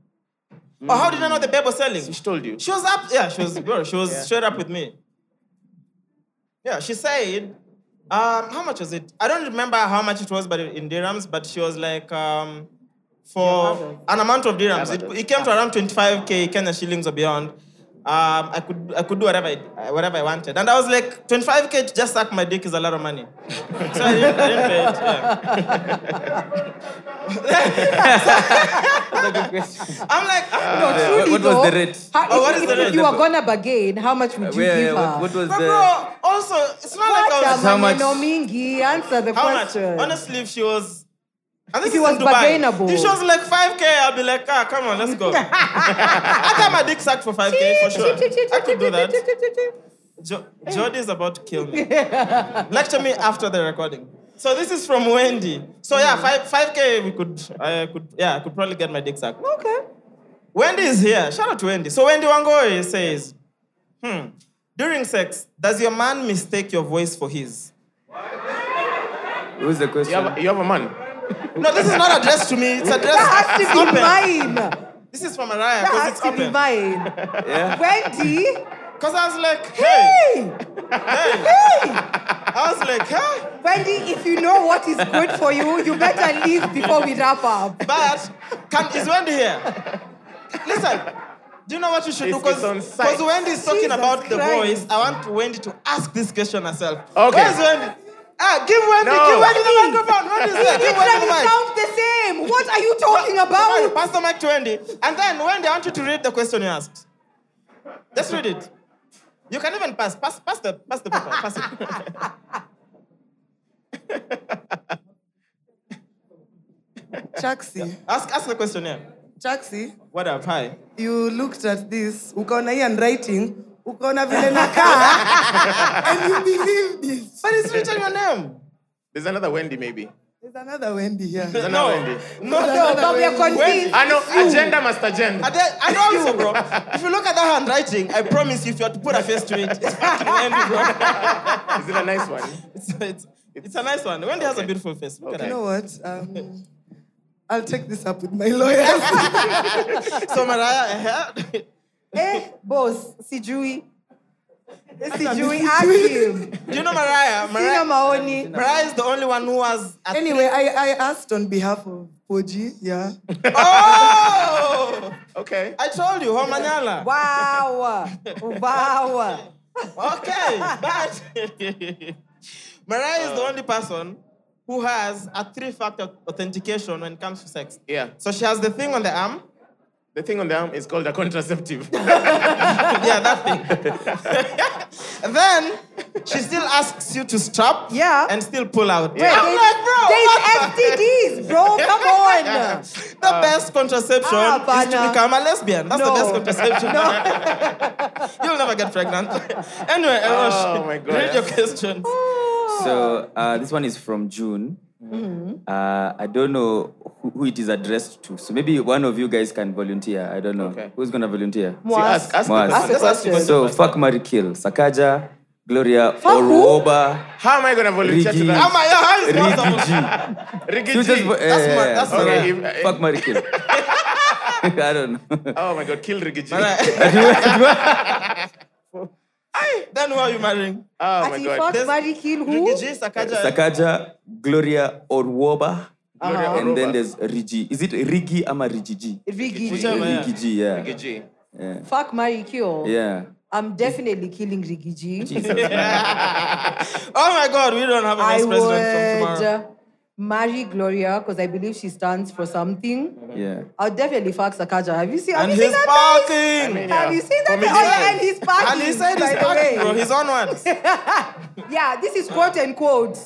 Oh, how did I know the babe was selling? She told you. She was up. Yeah, she was. Girl, she was straight up with me. Yeah, she said, um, how much was it? I don't remember how much it was, but in dirhams. But she was like, um, for an amount of dirhams, it, it came to around 25k Kenya shillings or beyond. Um, I could I could do whatever I, whatever I wanted, and I was like, 25k to just suck my dick is a lot of money. so I didn't, I didn't pay it. Yeah. I'm like, ah, No, truly what was though, the rate? how- Oh, if- what is if, the if rate? you were gonna bargain, how much would you Where, give her? what, what was but the. bro, also it's not like I was Wacha How much- maneno mingi, answer the How much? question. Honestly, if she was. And this If it is was in Dubai. bargainable. If she was like 5K, I'll be like, ah, come on, let's go. I got my dick sucked for 5K for sure. I could do that. Jo- Jordy is about to kill me. Lecture me after the recording. So this is from Wendy. So Hmm. yeah, five, 5K we could, I could, yeah, I could probably get my dick sucked. Okay. Wendy is here. Shout out to Wendy. So Wendy Wangoi says, hmm, during sex, does your man mistake your voice for his? What was the question? You have, a- you have a man? No, this is not addressed to me. It's addressed. That has to it's be open. mine. This is from Mariah That because has it's to be open. mine. Wendy, Because I was like, hey, hey, I was like, huh? Wendy, if you know what is good for you, you better leave before we wrap up. But can is Wendy here? Listen, do you know what you should do? It's- it's on site. Because Wendy's talking Jesus about the Christ. voice, I want Wendy to ask this question herself. Okay. Where's Wendy? Ah, give Wendy, No. give Wendy the Wendy. microphone. Wendy's It here. Give Wendy literally the mic. sounds the same. What are you talking Somebody about? Pass the mic to Wendy. And then, Wendy, I want you to read the question you asked. Just read it. You can even pass. Pass, pass, the, pass the paper. Pass it. Chaxi, Ask, ask the question here. Chaxi, What up? Hi. you looked at this, ukaona hii handwriting, ukaona vile nakaa, and you believed it. But it's written your name. There's another Wendy, maybe. There's another Wendy here. There's No. another Wendy. No, No, but we are convinced. I know, agenda must agenda. And, then, and also, bro, if you look at that handwriting, I promise you, if you had to put a face to it, it's fucking Wendy, bro. Is it a nice one? It's, it's, it's a nice one. Wendy has a beautiful face. Look You at know what? Um, I'll take this up with my lawyers. that. So, Mariah, eh, Eh, boss, sijui. Eh, Sijui, ask him. do you know Mariah? Sina Mariah, maoni. Mariah is the only one who has a anyway, I, I asked on behalf of Poji, yeah. Oh! Okay. I told you, Homanyala. Wow. Wow. Okay, but Mariah is the Uh. only person who has a three-factor authentication when it comes to sex. Yeah. So she has the thing on the arm, The thing on the arm is called a contraceptive. yeah, that thing. then she still asks you to strap yeah. and still pull out. Wait, I'm there's- like, bro, there's STDs, bro, come on. the best contraception Ah, is to bana. become a lesbian. That's No. the best contraception. You'll never get pregnant. anyway, Erosh, Oh, my God. read your questions. So uh, this one is from June. Mm-hmm. Uh, I don't know who, who it is addressed to. So maybe one of you guys can volunteer. I don't know. Who's going to volunteer? Mwaz. See, ask- ask the Mwaz. question. Ask the Let's ask the question. question So fuck, marry, kill. Sakaja, Gloria, Fuck who? Oruoba. How am I gonna volunteer to Riggy. that? Am I- how is Riggy G. Riggy You just G. vo- eh, my- that's my- Okay, okay. if- Fuck, marry, kill. I don't know. Oh my god, kill Riggy G. Then who are you marrying? Oh Ati fuck, marry, kill who? Sakaja, Gloria, Oruoba. Gloria Uh-huh. And then Oruoba. there's Rigi. Is it Rigi ama Rigiji? Riggy. Rigi G, yeah. Yeah. Fuck, marry, kill. Yeah. I'm definitely killing Riggy G. Oh my God, we don't have a I vice president from would tomorrow. uh, marry Gloria because I believe she stands for something. Yeah. I'll definitely fuck Sakaja. Have you seen? Have And you seen he's that guy? parking. I mean, Have yeah. you seen that? Comedian. guy? Oh yeah, and he's parking. And he said he's by the parking, way. bro. He's on one. yeah, this is quote unquote.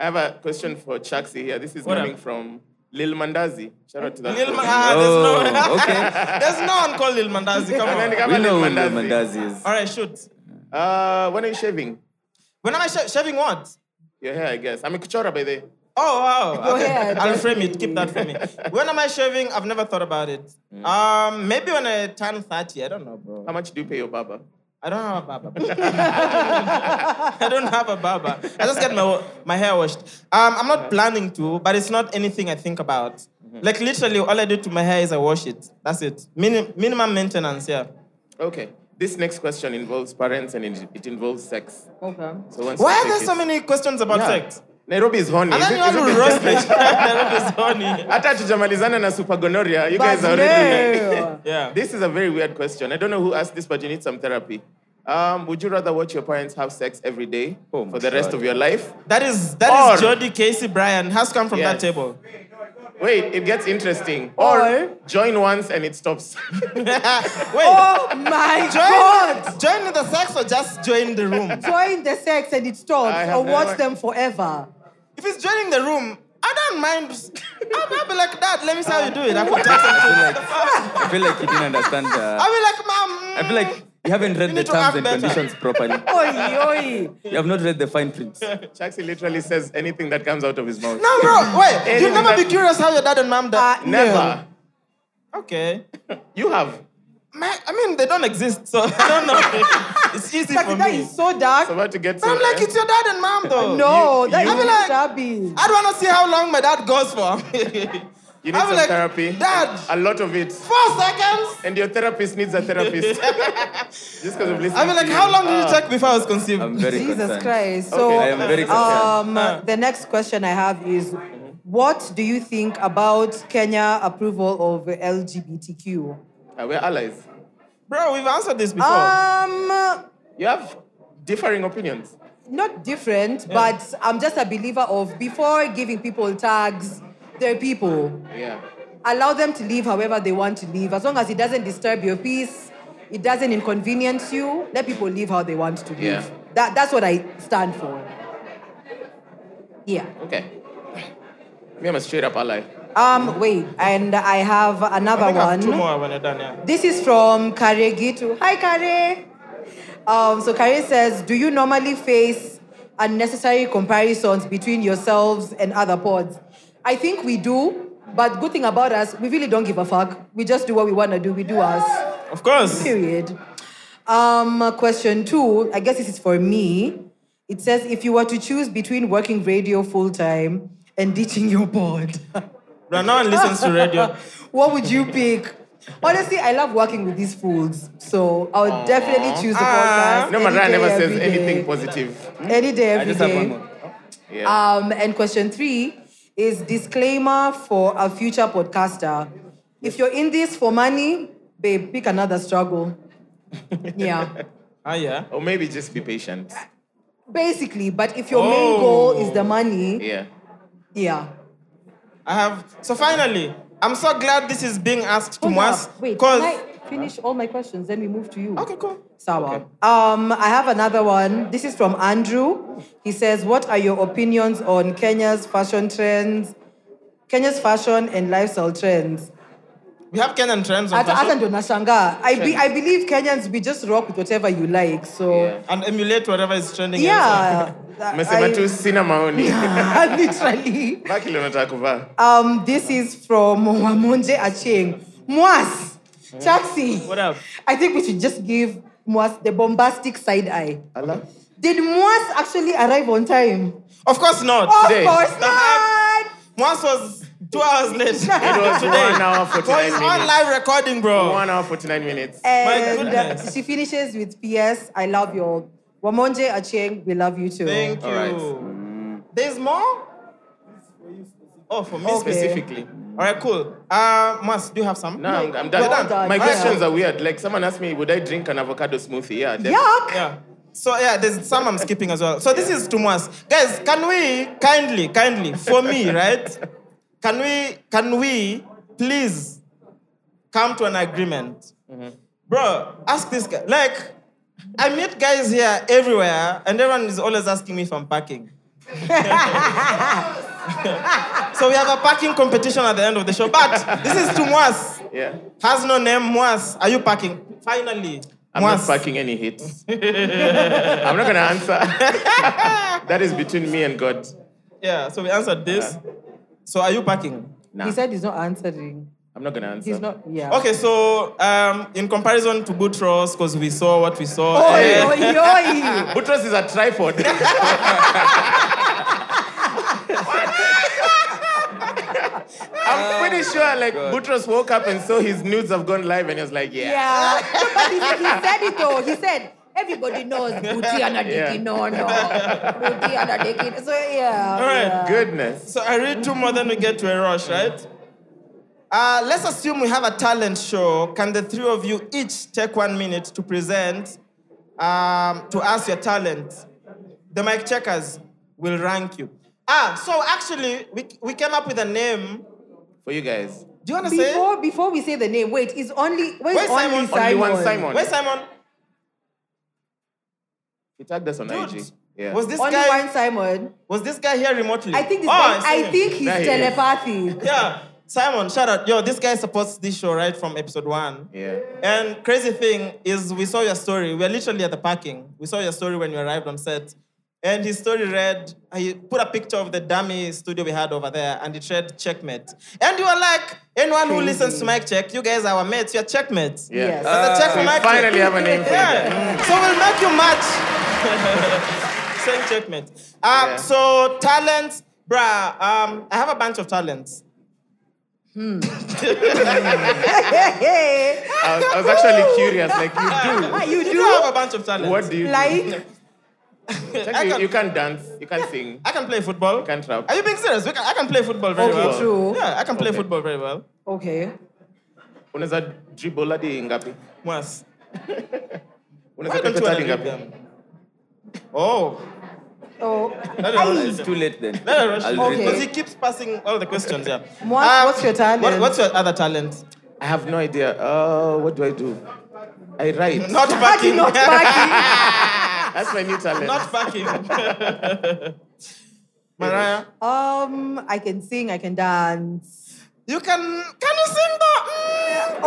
I have a question for Chaxi here. This is What coming from Lil Mandazi. Shout out to that. Lil Ma- person. ah, there's no, there's no one called Lil Mandazi. Come And then on. come on, Lil Mandazi. All right, shoot. Uh, when are you shaving? When am I sh- shaving what? Your hair, I guess. I'm a kuchora by the Oh wow! Go Okay. ahead. I'll frame it. Keep that for me. When am I shaving? I've never thought about it. Um, maybe when I turn thirty. I don't know, bro. How much do you pay your barber? I don't have a barber. I don't have a barber. I just get my wa- my hair washed. Um, I'm not planning to, but it's not anything I think about. Mm-hmm. Like literally, all I do to my hair is I wash it. That's it. Minim- minimum maintenance. Yeah. Okay. This next question involves parents and it, it involves sex. Okay. So once Why you are take there it- so many questions about Yeah. sex? Nairobi is horny. And Is then it- you all is it will the- roast me. Nairobi is horny. Hata tujamalizana na super gonorrhea. You But guys are already no. like, Yeah. This is a very weird question. I don't know who asked this, but you need some therapy. Um, would you rather watch your parents have sex every day for the rest God. of your life? That is that is Or- Jody Casey Bryan has come from that Yes. table. Wait, it gets interesting. Or, join once and it stops. Wait. Oh my God. Join the sex or just join the room? Join the sex and it stops, have or watch never- them forever. If it's joining the room, I don't mind. I'll, I'll be like, Dad, let me see how you do it. I can tell some I feel like you didn't understand. Uh, I'll be like, Mom. I feel like you haven't read the need to act terms and better. conditions properly. Oi, oi. You have not read the fine print. Chaxi literally says anything that comes out of his mouth. No, bro, wait. Anything You'll never be that- curious how your dad and mom Uh, died. Never. Okay. You have. Man, I mean, they don't exist, so I don't know. it's easy for That me. is so dark. It's about to get But I'm some- like, it's your dad and mom, though. No, that I'll be is like, shabby. I'd want to see how long my dad goes for. You need I'll be some like, therapy. Dad, A lot of it. four seconds. And your therapist needs a therapist. Just because of listening. I'll be like, to how you. long did you Ah. check before I was conceived? I'm very Jesus concerned. Christ. So, I am very concerned. um, the next question I have is what do you think about Kenya approval of LGBTQ? Uh, we're allies. Bro, we've answered this before. Um, You have differing opinions. not different, but I'm just a believer of before giving people tags, they're people. Yeah. Allow them to live however they want to live. As long as it doesn't disturb your peace, it doesn't inconvenience you, let people live how they want to live. Yeah. That, that's what I stand for. Yeah. Okay. Me, I'm a straight up ally. Um, wait, and I have another I think I one. have two more when you're done, yeah. This is from Kare Gitu. Hi, Kare. Um, so Kare says, do you normally face unnecessary comparisons between yourselves and other pods? I think we do, but good thing about us, we really don't give a fuck. We just do what we want to do. We do us. Of course. Period. Um, question two, I guess this is for me. It says, if you were to choose between working radio full time and ditching your pod, Bro, no one listens to radio. what would you pick? Honestly, I love working with these fools, so I would definitely choose the podcast. Ah. No, my any dad day, never says every day. anything hmm? positive. Any day, I every just have day. one more. Yeah. Um, and question three is disclaimer for a future podcaster. If you're in this for money, babe, pick another struggle. Yeah. Ah, yeah. or maybe just be patient. Basically, but if your main goal is the money, Oh. Yeah. yeah. I have. So finally, I'm so glad this is being asked to Hold us up. Wait, can because I finish all my questions, then we move to you. Okay, cool. Sawa. Um, I have another one. This is from Andrew. He says, "What are your opinions on Kenya's fashion trends, Kenya's fashion and lifestyle trends?" we have Kenyan trends on Hata hata fashion ndo nashangaa. I be, I believe Kenyans we just rock with whatever you like. So and emulate whatever is trending. yeah. mesema I- tu sina maoni literally bakile unataka kuvaa Um, this is from Wamonje Acheng. Mwas, Chaxi. What up? I think we should just give Mwas the bombastic side eye. Allah. Did Mwas actually arrive on time? Of course not. Of Today. course not. Once was two hours late. It was today. one hour, 49 Boys, on minutes. live recording, bro. One hour 49 minutes. Eh, And uh, goodness. she finishes with PS, I love you. Wamonje Acheng, we love you too. Thank you. There's more? Mm. Oh, for me Okay. specifically. All right, cool. Uh, Mas, do you have some? No, I'm, I'm done. We're My All right, questions cool. are weird. Like someone asked me, would I drink an avocado smoothie? Yeah. definitely. Yuck! Yeah. So yeah, there's some I'm skipping as well. So this is Tumas. Guys, can we kindly, kindly, for me, right? Can we can we please come to an agreement? Bro, ask this guy. Like, I meet guys here everywhere, and everyone is always asking me if I'm parking. so we have a parking competition at the end of the show. But this is Tumas. Yeah. Has no name, Mwas. Are you parking? Finally. I'm Mwas. not packing any hits. I'm not gonna answer. that is between me and God. Yeah, so we answered this. Uh-huh. So are you packing? He said he's not answering. I'm not gonna answer. He's not, yeah. Okay, so um, in comparison to Butros, because we saw what we saw. Oh, eh, Oi, oi, oi. Butros is a tripod. I'm Oh pretty sure like Butros woke up and saw his nudes have gone live and he was like, yeah. Yeah. No, but he, he said it though. He said, everybody knows booty and a dicky, Yeah. no, no. Booty and a dicky. So, yeah. All right, yeah. Goodness. So I read two more than we get to a rush, right? Uh, let's assume we have a talent show. Can the three of you each take one minute to present, um, to ask your talent? The mic checkers will rank you. Ah, so actually, we, we came up with a name. For you guys. Do you want to say? it? Before, before we say the name, wait, is only where's, Where's only Simon? Simon? Only one Simon. Where's Simon? He tagged us on IG. Dude, Yeah. Was this Only guy one Simon. was this guy here remotely? I think this Oh, guy, see I him. think he's There he is. telepathy. Yeah. Simon, shout out. Yo, this guy supports this show right from episode one. yeah. And crazy thing is, we saw your story. We are literally at the parking. We saw your story when you arrived on set. And his story read, he put a picture of the dummy studio we had over there, and it read checkmate. And you were like, anyone who listens to Mike Check, you guys are our mates, you're checkmates. Yeah. Yes. But the check So we mark- finally have a name for it. Yeah. So we'll make you match. Same checkmate. Uh, Yeah. So talents, bruh. Um, I have a bunch of talents. I was, I was actually curious. Like you do. you You do? do have a bunch of talents. What do you do? Like, Actually, you can dance. You can sing. I can play football. You can rap. Are you being serious? We can, I can play football very Okay, well. true. Yeah, I can play Okay. football very well. okay. Unaweza dribble hadi ngapi? Once. Unaweza pepeta hadi um? ngapi? Oh. Oh, That Aye. is It's too late then. Because I'll Okay. read he keeps passing all the questions, yeah. Um, What- what's your talent? what- what's your other talent? I have no idea. Uh, what do I do? I write. Not How do backing. you not back That's my new talent. Not backing. Mariah, it? Um, I can sing, I can dance. you can can you sing though? Mm,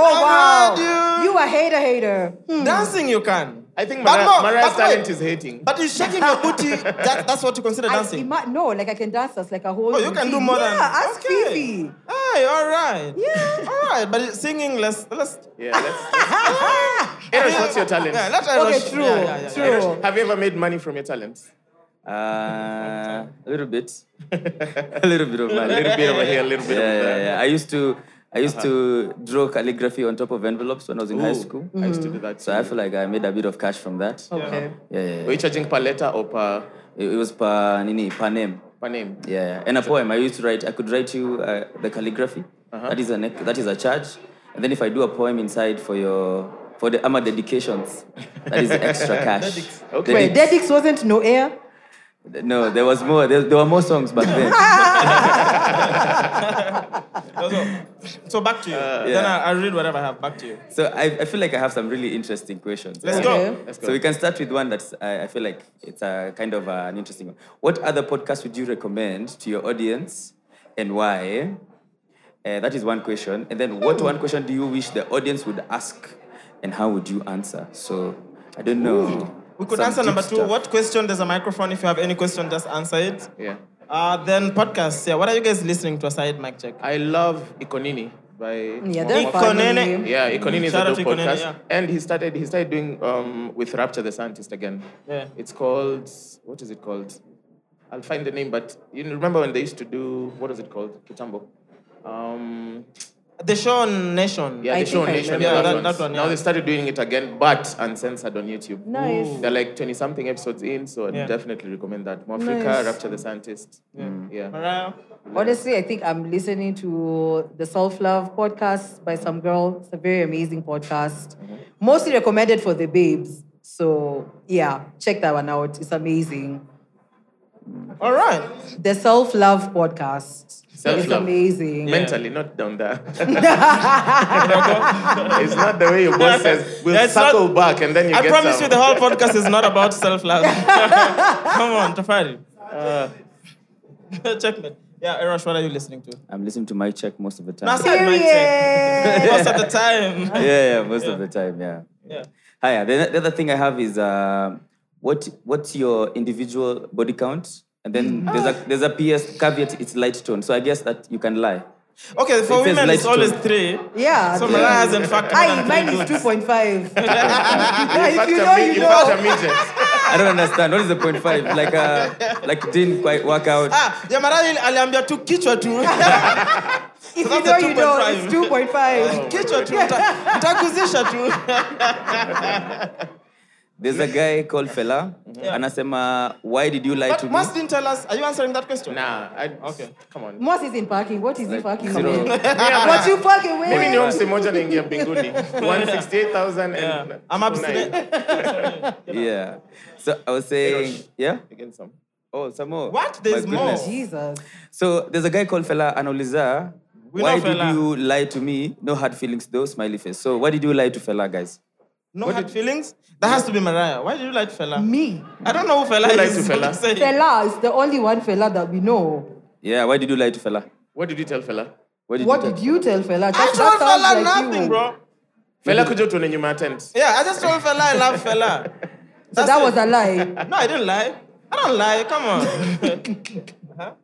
Oh, I wow. heard You a hater, hater. you. dancing you can. I think But Mara, no, Mara's but wait. talent is hating. But you shaking your booty. That, that's what you consider I- dancing. ima- no, like I can dance as like a whole. Oh, you can do routine. more yeah, than. ask okay. Fifi. Aye, all right. Yeah. all right. But singing, let's let's. Yeah, let's. Eros, what's your talent? Yeah, let's. Okay, let's- true, yeah, yeah, yeah. true. Eros, have you ever made money from your talent? Uh, a little bit. a little bit of A money. little bit over here, a little bit yeah, over yeah, there. yeah. I used to, I used to draw calligraphy on top of envelopes when I was in high school. Mm. I used to do that. So I feel like I made a bit of cash from that. Okay. Yeah, yeah, Were yeah. you charging per letter or per, It, it was per nini, per name. per name? Yeah, and a poem. I used to write. I could write you uh, the calligraphy. That is a nec- that is a charge. And then if I do a poem inside for your for the ama dedications, that is extra cash. Okay. Wait, Dedix wasn't no air. No, there was more. There, there were more songs back then. So back to you. Uh, yeah. Then I'll, I'll read whatever I have. Back to you. So I, I feel like I have some really interesting questions. Let's go. Okay. Let's go. So we can start with one that's I, I feel like it's a kind of an interesting one. What other podcast would you recommend to your audience, and why? Uh, that is one question. And then, what one question do you wish the audience would ask, and how would you answer? So I don't know. We could Some answer number deep two. stuff. What question? There's a microphone. If you have any question, just answer it. Yeah. Uh, then podcasts. Yeah. What are you guys listening to aside mic check? I love Ikonini by Yeah, they're Ikonini. Yeah, Ikonini is Shout a out dope to Ikonini, podcast. yeah. And he started he started doing um, with Rapture the Scientist again. Yeah. It's called what is it called? I'll find the name, but you know, remember when they used to do what is it called? Kitambo. Um, The show on Nation. yeah, the show Nation. Yeah, that that, one. that one. Yeah. Now they started doing it again, but uncensored on YouTube. Nice. Ooh. They're like twenty something episodes in, so I Yeah. definitely recommend that. More Africa, Nice. Rapture the Scientist. Yeah. Mariah. Honestly, I think I'm listening to the Self Love podcast by some girl. It's a very amazing podcast. Mostly recommended for the babes. So yeah, check that one out. It's amazing. All right. The Self Love podcast. It's Self-love. amazing. Mentally, not down there. it's not the way your boss says, we'll That's not- circle back and then you I get promise some. you, the whole podcast is not about self-love. Come on, Tafari. Uh, checkmate. Yeah, Erosh, what are you listening to? I'm listening to my check most of the time. Now, aside mic check. Most of the time. yeah, yeah, most of the time, yeah. Yeah. Hi, Ah, yeah. The, the other thing I have is uh, what what's your individual body count? And then Mm. there's a there's a PS caveat. It's light tone, so I guess that you can lie. Okay, for It says women, it's light always tone. three. Yeah. So the- Mariah has in fact more Aye, than mine three is dudes. 2.5. yeah, if you fucked a know, mi- you you fucked a know. I don't understand. What is the point five? Like uh, like it didn't quite work out. Ah, yeah, Mariah aliambia tu kichwa tu. If So you know, that's a you know. 2.5. It's 2.5. kichwa tu. nita- Nitakuzisha tu. There's a guy called Fela, Yeah. anasema, why did you lie But to me? Mas didn't tell us. Are you answering that question? Nah, I, Okay. come on. Moss is in parking. What is he parking zero. with? What you fucking with? Mimi ni omsi moja naingia mbinguni. 168,000 and... I'm abstinent. Yeah. So I was saying, yeah. Again, some. Oh, some more. What? There's My more. goodness. Jesus. So there's a guy called Fela Anoliza. We Why know did Fela. you lie to me? No hard feelings though, smiley face. So why did you lie to Fela, guys? No hard feelings. That has to be Mariah. Why do you like Fela? Me. I don't know who Fela Who likes is. you, Fela? I'm saying. Fela is the only one fella that we know. Yeah, why did you lie to Fela? What did you tell Fela? What did What you did you tell Fela? I That- that told sounds like Fela nothing, you. oh. bro. Fela kuja tuone nyuma ya tent. Yeah, I just told Fela I love Fela. So that was a lie. No, I didn't lie. I don't lie. Come on.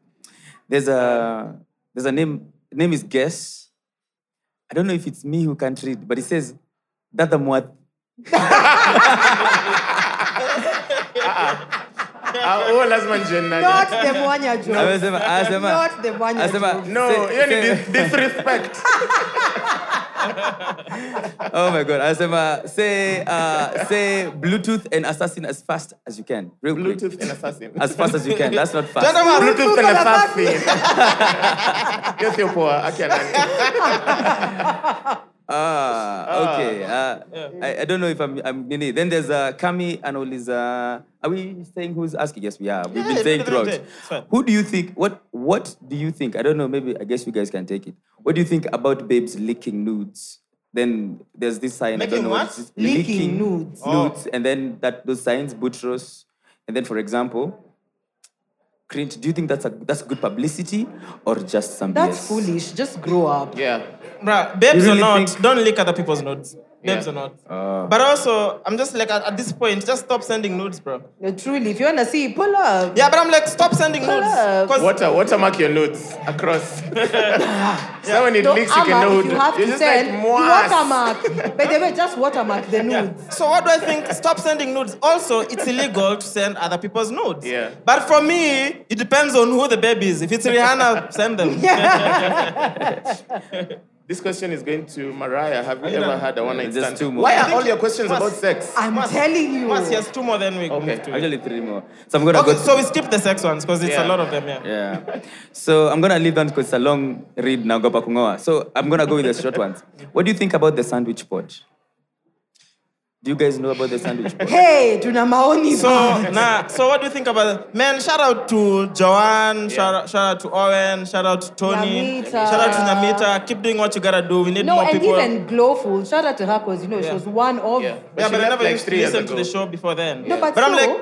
There's a there's a name name is Guess. I don't know if it's me who can't read, but it says that the Mwath. Ah, oh, lazima njue ni nani. Not the Mwanya joke. Anasema anasema Not the Mwanya anasema joke. No, say- hiyo ni say- dis- disrespect. Oh my god. Anasema say uh, say Bluetooth and assassin as fast as you can. Real quick. Bluetooth and assassin. As fast as you can. That's not fast. Don't worry. Bluetooth and assassin. Hiyo sio poa, haki ya nani. Ah, okay. Uh, I, I don't know if I'm, I'm Nini. Then there's uh, Kami and Oliza. Are we saying who's asking? Yes, we are. We've Yeah, been saying yeah, throughout. yeah, yeah. It's fine. Who do you think? What What do you think? I don't know. Maybe I guess you guys can take it. What do you think about babes leaking nudes? Then there's this sign. I Making don't know. what? it's just Leaking nudes. Oh. Nudes, and then that those signs, Butros, and then for example. Cringe, do you think that's a that's good publicity or just some That's BS? foolish. Just grow up. Yeah. Bruh, babes You or really not, think- don't lick other people's nudes. Babes Yeah. Uh. or not. Ah. But also, I'm just like, at, at this point, just stop sending nudes, bro. No, truly, if you wanna see, pull up. Yeah, but I'm like, stop sending nudes. Love. 'Cause- Water, watermark your notes across. so when it No, leaks, you can Ama, know who if you do- have You're to just send, like, you "Mwas." watermark. By the way, just watermark the nudes. So what do I think? Stop sending nudes. Also, it's illegal to send other people's nudes. Yeah. But for me, it depends on who the baby is. If it's Rihanna, send them. This question is going to Mariah. Have you Yeah. ever had a one night Just stand? two more. Why I are think all your questions Mas- about sex? I'm telling you. Once he has two more, then we Okay. move to it. Actually, three more. So I'm gonna Okay, go. so we skip the sex ones because it's a Yeah. lot of them, yeah. Yeah. So I'm gonna leave them because it's a long read now. Go back So I'm gonna go with the short ones. What do you think about the sandwich pod? Do you guys know about the sandwich board? Hey, tuna maoni. So bana. nah, so what do you think about it? Man, shout out to Joanne, shout, out, shout out to Owen, shout out to Tony, Nyamita. shout out to Namita. Keep doing what you gotta do. We need No, more and people. even Glowful. Shout out to her because you know she was one of. yeah, but I never like, used to three years listen to ago. the show before then. No, but I'm so- like,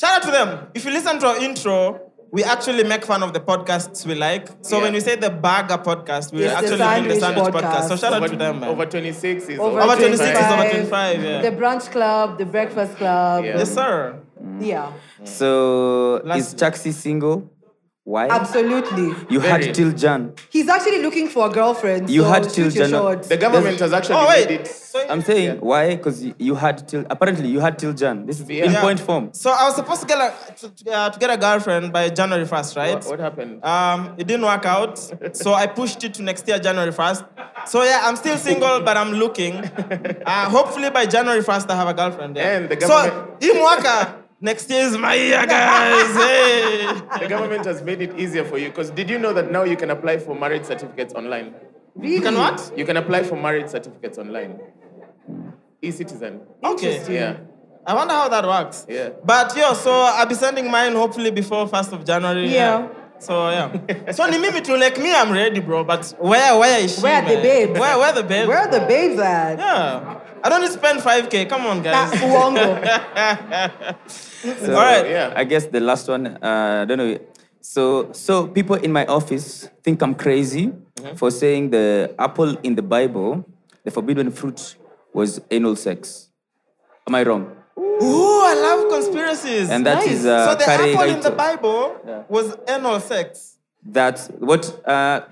shout out to them. If you listen to our intro, we actually make fun of the podcasts we like. So Yeah. when we say the Burger podcast, we It's the actually mean Sandwich the Sandwich podcast. Podcast. So shout out Over- to them, man. Over 26 is Over, Over 26 26 is over 25, yeah. The brunch club, the breakfast club. Yeah. Yes, sir. Yeah. So is Chaxi single? Why? Absolutely. You Very. had till Jan. He's actually looking for a girlfriend. You so had till shoot your Jan. shot. has actually Oh, wait. I'm saying why? Because you, you had till apparently you had till Jan. This is in Yeah. point form. So I was supposed to get a to, to, uh, to get a girlfriend by January 1st, right? What happened? Um, it didn't work out, so I pushed it to next year, January 1st. So yeah, I'm still single, but I'm looking. Uh, hopefully by January 1st, I have a girlfriend. Yeah. And the So government- in Mwaka, next year is my year, guys. Hey. The government has made it easier for you because did you know that now you can apply for marriage certificates online? Really? can what? You can apply for marriage certificates online. E-citizen. Okay. Yeah. I wonder how that works. Yeah. But yo, so I'll be sending mine hopefully before 1st of January. Yeah. So yeah. so ni mimi too, like me, I'm ready, bro. But where where is she? Where are the man? babes? Where where the babes? Where are the babes at? Yeah. I don't need to spend 5k. Come on, Ah, guys. Uongo. So, All right. I guess the last one. Uh, I don't know. So, so people in my office think I'm crazy for saying the apple in the Bible, the forbidden fruit, was anal sex. Am I wrong? Ooh, I love conspiracies. And that nice. is, uh, so the Kare apple in the Gaito. Bible was anal sex. That's what. Uh,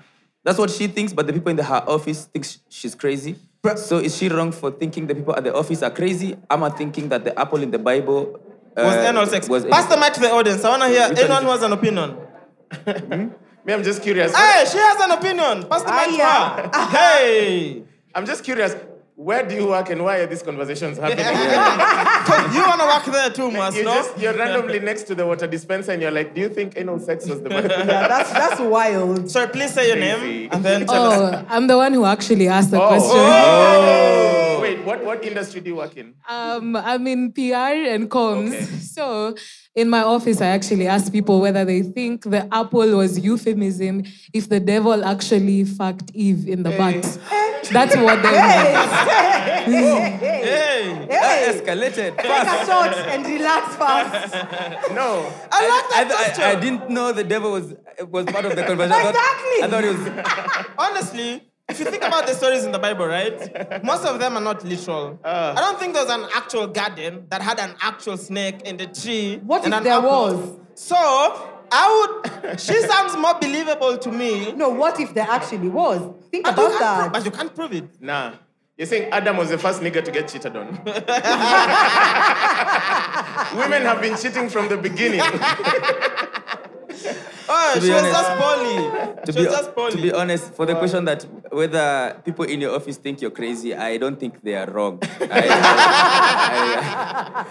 that's what she thinks, but the people in the, her office think sh- she's crazy. So is she wrong for thinking the people at the office are crazy? Am I thinking that the apple in the Bible uh, Was anal sex. Was Pass the mic to the audience. I wanna hear Which one anyone is who has an opinion. Me, I'm just curious. Hey, she has an opinion. Pass the Ah, mic to her. Hey. I'm just curious. Where do you work and why are these conversations happening? you wanna work there too, Mas, You no? just, you're randomly next to the water dispenser and you're like, do you think anal sex was the best? Yeah, that's that's wild. Sorry, please say your name and then tell us. Oh, I'm the one who actually asked the question. Oh. Wait, what, what industry do you work in? Um, I'm in PR and comms. So in my office, I actually asked people whether they think the apple was euphemism if the devil actually fucked Eve in the butt. That's what they Hey, Hey. That escalated take fast. a shot and relax fast. No. I like I, that th- I, I question. didn't know the devil was was part of the conversation. Exactly. I thought, I thought it was Honestly, if you think about the stories in the Bible, right? Most of them are not literal. Uh. I don't think there was an actual garden that had an actual snake and a tree. What and if an there apple. was? So I would. She sounds more believable to me. No, what if there actually was? Think But about you, can't pro- that. but you can't prove it. Nah. You're saying Adam was the first nigga to get cheated on. Women have been cheating from the beginning. Oh, To be she was honest- just poly. to she be, was just poly. to be honest, for the question that whether people in your office think you're crazy, I don't think they are wrong. I,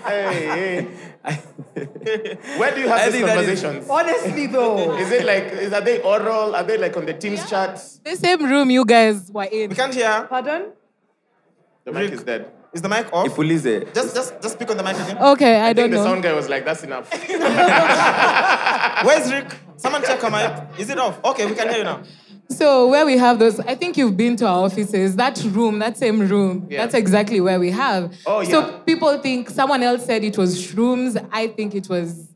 hey, I- hey. Where do you have I these think that is- conversations? Honestly though. Is it like, is, are they oral? Are they like on the Teams chats? The same room you guys were we in. can't hear. Pardon? The mic Rick. is dead. Is the mic off? if we lose it, Just, just, just speak on the mic again. Okay, I, I don't think the know. sound guy was like, that's enough. Where's Rick? Someone check her mic. Is it off? Okay, we can hear you now. So where we have those, I think you've been to our offices. That room, that same room, Yeah. that's exactly where we have. Oh, yeah. So people think someone else said it was shrooms. I think it was,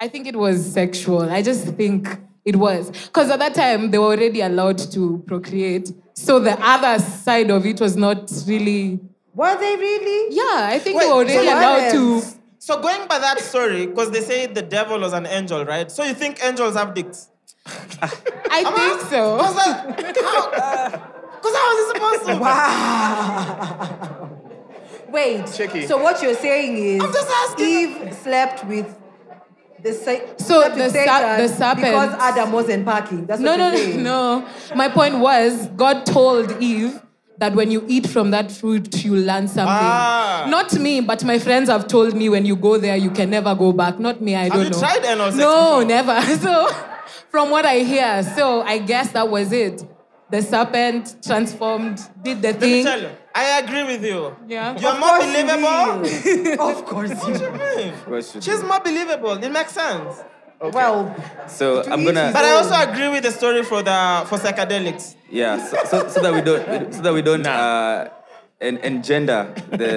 I think it was sexual. I just think it was because at that time they were already allowed to procreate. So the other side of it was not really. Were they really? Yeah, I think Wait, Oh, they were so already what allowed to. else? So going by that story, because they say the devil was an angel, right? So you think angels have dicks? I think so. Because how? Because how is it supposed to? Wait. Checky. So what you're saying is I'm just asking. Eve slept with the sa- So slept with the sa- Satan the serpent- because Adam wasn't parking. That's No, what no, you're no, saying. no. My point was, God told Eve that when you eat from that fruit, you learn something. Ah. Not me, but my friends have told me when you go there, you can never go back. Not me, I don't you know. tried anal sex No, before? never. So, from what I hear, so I guess that was it. the serpent transformed, did the Let me thing. tell you, I agree with you. Yeah. You're more believable. of course. What do you mean? Course you She's do. more believable. It makes sense. Well, So I'm gonna. But I also agree with the story for the for psychedelics. Yeah, so, so, so that we don't, so that we don't uh, en- engender the.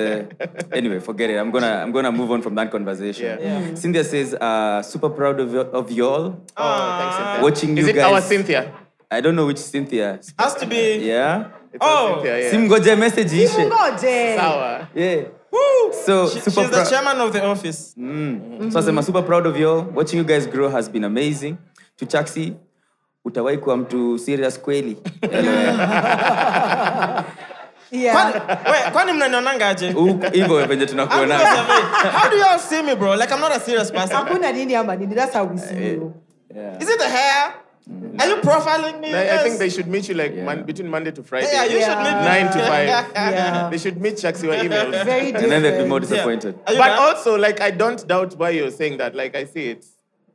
anyway, forget it. I'm gonna, I'm gonna move on from that conversation. Yeah. Yeah. Cynthia says, uh, "Super proud of, y- of y'all." Oh, thanks, Cynthia. Watching Is you it our guys- Cynthia? I don't know which Cynthia. Has to be. Yeah. Oh. Simgoje message Oh ishe. Ngoje. Sawa. Yeah. Woo. So She- super she's the prou- chairman of the office. Mm. So I'm super proud of you. Watching you guys grow has been amazing. To Chaxi, utawahi kuwa mtu serious kweli. Kwani- Wait, kwani mnanionangaje? Huku- Hivyo venye tunakuona. How do y'all see me, bro? Like I'm not a serious person. Hakuna nini ama nini. That's how we see you. Is it the hair? Are you profiling me? I, I think Yes. they should meet you like mon- between Monday to Friday. Yeah, you should meet me. Nine to five. Yeah. They should meet Chuck's your emails. Very And then they'd be more disappointed. Are you But mad? also, like, I don't doubt why you're saying that. Like, I see it.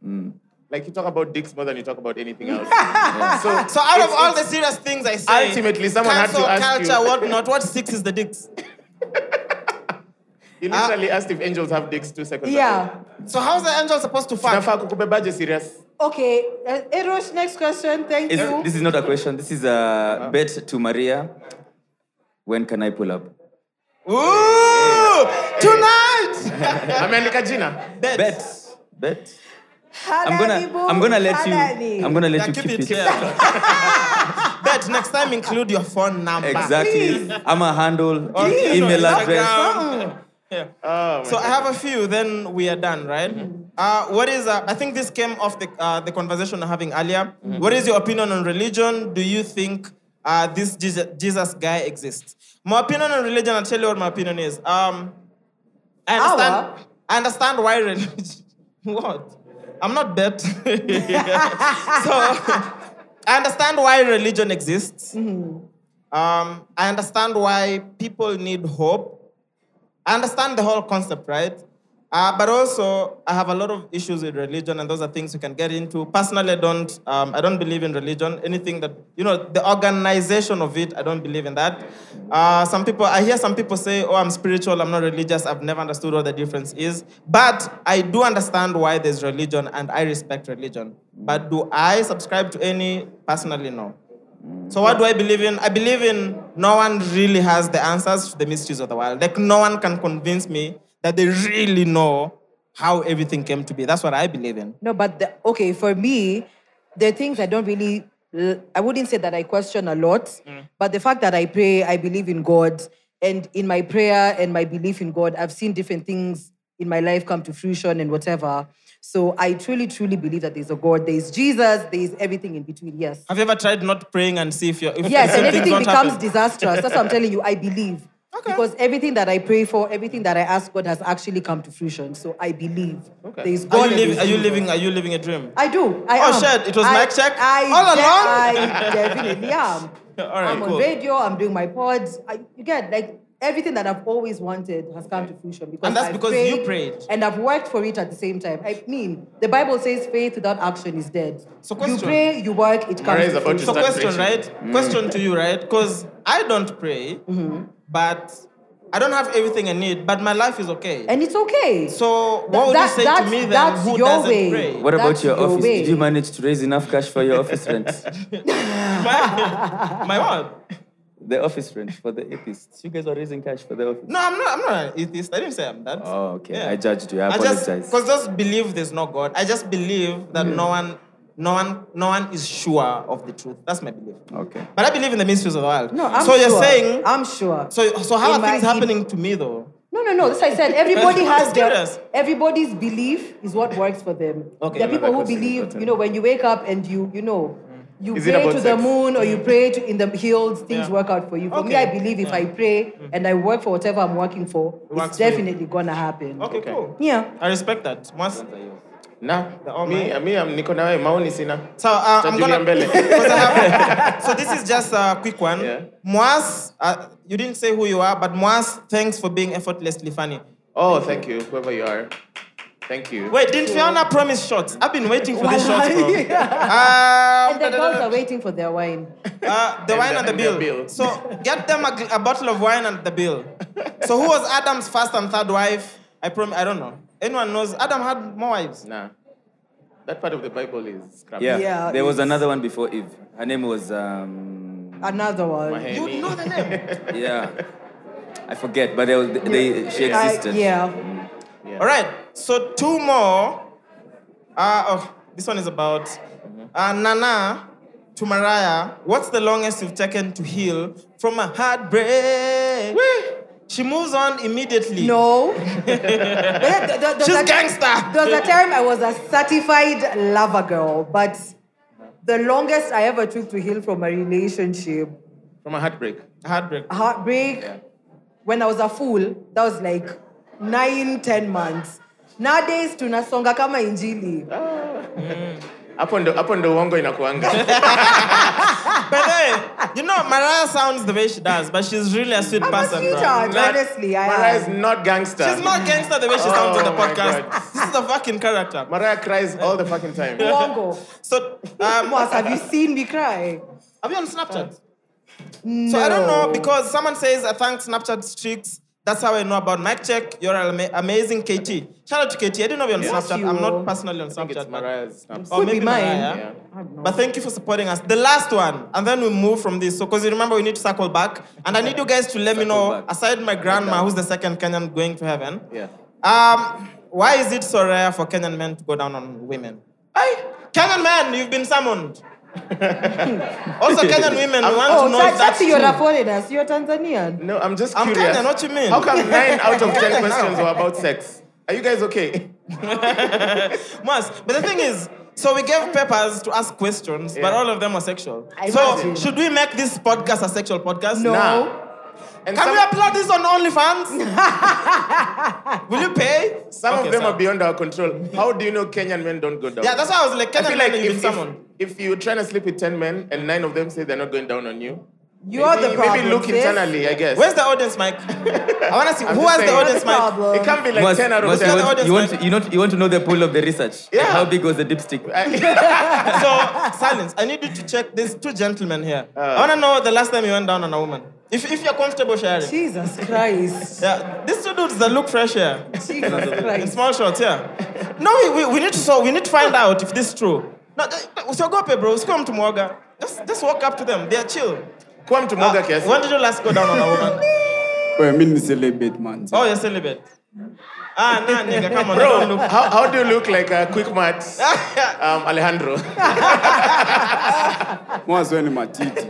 Mm. Like, you talk about dicks more than you talk about anything else. So, So out of it's- all the it's- serious things I say, Ultimately, someone had to cancel ask you. culture, whatnot, what six is the dicks? you literally asked if angels have dicks two seconds Yeah. ago. So how's the angel supposed to fuck? Tunafaa kukubebaje serious? Okay, uh, Eros, next question. Thank Is- you. this is not a question. This is Uh-huh. a bet to Maria. When can I pull up? Ooh, tonight. Ameandika jina. Bet. Bet. I'm Halali gonna. boo, I'm gonna let you. halali. I'm gonna Yeah, let you keep keep it it. here. Bet next time include your phone number. Exactly. I'm a handle, Or, you know, email address. Instagram. Yeah. Oh, my Mm-hmm. So I have a few, then we are done, right? Uh, what is, uh, I think this came off the, uh, the conversation I'm having earlier. Mm-hmm. What is your opinion on religion? Do you think uh, this Jesus, Jesus guy exists? My opinion on religion, I'll tell you what my opinion is. Um, I understand, Our? I understand why religion. what? I'm not dead. so I understand why religion exists. Um, I understand why people need hope. I understand the whole concept, right? Uh, but also, I have a lot of issues with religion, and those are things we can get into. Personally, I don't, um, I don't believe in religion. Anything that you know, the organization of it, I don't believe in that. Uh, some people, I hear some people say, "Oh, I'm spiritual. I'm not religious. I've never understood what the difference is." But I do understand why there's religion, and I respect religion. But do I subscribe to any? Personally, no. So what do I believe in? I believe in no one really has the answers to the mysteries of the world. Like no one can convince me that they really know how everything came to be. That's what I believe in. No, but the, okay, for me, there are things I don't really, l- I wouldn't say that I question a lot, Mm. but the fact that I pray, I believe in God. And in my prayer and my belief in God, I've seen different things in my life come to fruition and whatever. So I truly, truly believe that there's a God, there's Jesus, there's everything in between. Yes. Have you ever tried not praying and see if you're if Yes, and if things everything don't becomes happen? disastrous. That's what I'm telling you. I believe. Because everything that I pray for, everything that I ask God has actually come to fruition. So I believe. Okay. There is God. Are you, and liv- there's are you Jesus. living? Are you living a dream? I do. I Oh, am. shit, it was I, mic check? I All along? I definitely am. All right, I'm cool. on radio. I'm doing my pods. I, you get like everything that I've always wanted has come to fruition because And that's I because prayed, you prayed. and I've worked for it at the same time. I mean, the Bible says faith without action is dead. So you question. pray, you work, it comes. Mara is to about to fruition. So start question, preaching. right? Mm. Question to you, right? Because I don't pray, Mm-hmm. but I don't have everything I need. But my life is okay. and it's okay. so Th- what would that- you say to that's- me then? that's who your doesn't way. pray? What about That's your your office? way. Did you manage to raise enough cash for your office rent? my, my what? the office rent for the atheists. You guys are raising cash for the office. No, I'm not. I'm not an atheist. I didn't say I'm that. Oh, okay. I judged you. I apologize. Because those believe there's no God. I just believe that no one, no one, no one is sure of the truth. That's my belief. Okay. But I believe in the mysteries of the world. No, I'm so sure. you're saying. I'm sure. so so how In are my- things in- happening to me though? No, no, no. That's what I said. Everybody That's has their serious. everybody's belief is what works for them. Okay, there are another people who question, believe, okay. you know, when you wake up and you, you know, Mm. you Is it pray to about the sex? moon or you pray to in the hills, things Yeah. work out for you. For me, Okay. Mm. I believe if I pray and I work for whatever I'm working for, Works it's for you. definitely gonna happen. Okay, cool. Yeah. I respect that. Once, Nah, Almighty. me, me, I'm niko na wewe, maoni sina. so uh, I'm Tutajulia gonna. mbele. 'cause I have- so this is just a quick one. Yeah. Moas, uh, you didn't say who you are, but Moas, thanks for being effortlessly funny. Oh, thank you, whoever you are. Thank you. Wait, didn't Fiona promise shots? I've been waiting for these shots, bro. and the girls are waiting for their wine. Uh, the wine and, the, bill. So get them a, gl- a bottle of wine and the bill. So who was Adam's first and third wife? I prom- I don't know. Anyone knows? Adam had more wives. Nah. That part of the Bible is crap. Yeah. Yeah, there was it's- another one before Eve. Her name was um Another one. You know the name. yeah. I forget, but there was, they, she Yeah. I- existed. yeah. Mm. All right. So two more. Uh, oh, this one is about uh, Nana to Mariah. What's the longest you've taken to heal from a heartbreak? She moves on immediately. No. She's gangster. There was a time I was a certified lover girl, but the longest I ever took to heal from a relationship, From a heartbreak. Heartbreak. heartbreak, when I was a fool, that was like nine, ten months. Nowadays, tunasonga kama injili. Ah, Hapo ndo hapo ndo uongo inakuanga. But Ah. hey, you know, Mariah sounds the way she does, but she's really a sweet person. bro. sweetheart, honestly, I Mariah am. is not gangster. She's not gangster the way she sounds on Oh the my podcast. This is the fucking character. Mariah cries all the fucking time. Uongo. So, um, Moss, have you seen me cry? Have you on Snapchat? No. So I don't know because someone says I thank Snapchat streaks. That's how I know about Mike Check. You're an ama- amazing KT. Shout out to KT. I didn't know you're on Yes, Snapchat. you. I'm not personally on Snapchat. but- Snapchat. Or Could maybe be mine. Mariah. Yeah. But thank you for supporting us. The last one, and then we move from this. So, because you remember, we need to circle back. And I need you guys to let me know, aside my grandma, who's the second Kenyan going to heaven, Yeah. um, why is it so rare for Kenyan men to go down on women? Hey, Kenyan men, you've been summoned. also, Kenyan women, we want oh, to know Tati, if that's you're a true. foreigner. You're Tanzanian. No, I'm just I'm curious. Kenyan, what you mean? How come nine out of ten questions were about sex? Are you guys okay? Must. But the thing is, so we gave papers to ask questions, but all of them were sexual. I so imagine. should we make this podcast a sexual podcast? No. Nah. Can we upload this on OnlyFans? Will you pay? Some Okay, of them sir. are beyond our control. How do you know Kenyan men don't go down? Yeah, that's why I was like, I Kenyan feel men, like you've if, been if, summoned. if you're trying to sleep with ten men and nine of them say they're not going down on you, You're maybe, the problem. Maybe look sis. internally, I guess. Where's the audience, Mike? I want to see I'm who just has the saying. audience, Mike. problem. It can't be like Must- ten out of must- ten. you, the want, audience you, want, you, want, you want to know the pool of the research. Yeah. How big was the dipstick? Uh, So silence. I need you to check. There's two gentlemen here. Uh. I want to know the last time you went down on a woman. If, if you're comfortable sharing. Jesus Christ. Yeah, these two dudes that look fresh here. Jesus In Christ. small shots, yeah. No, we, we, we need to so we need to find out if this is true. No, eh, usiogope bro, usiwe mtu mwoga. Just just walk up to them. They are chill. Ah, Kuwa mtu mwoga E. kiasi. When did you last go down on a woman? Well, I mean, it's a little bit, man. Oh, you're celibate. Ah, nah, nigga, come on. I don't Bro, look. how, how do you look like a quick mat um, Alejandro? Mwanzo wewe ni matiti.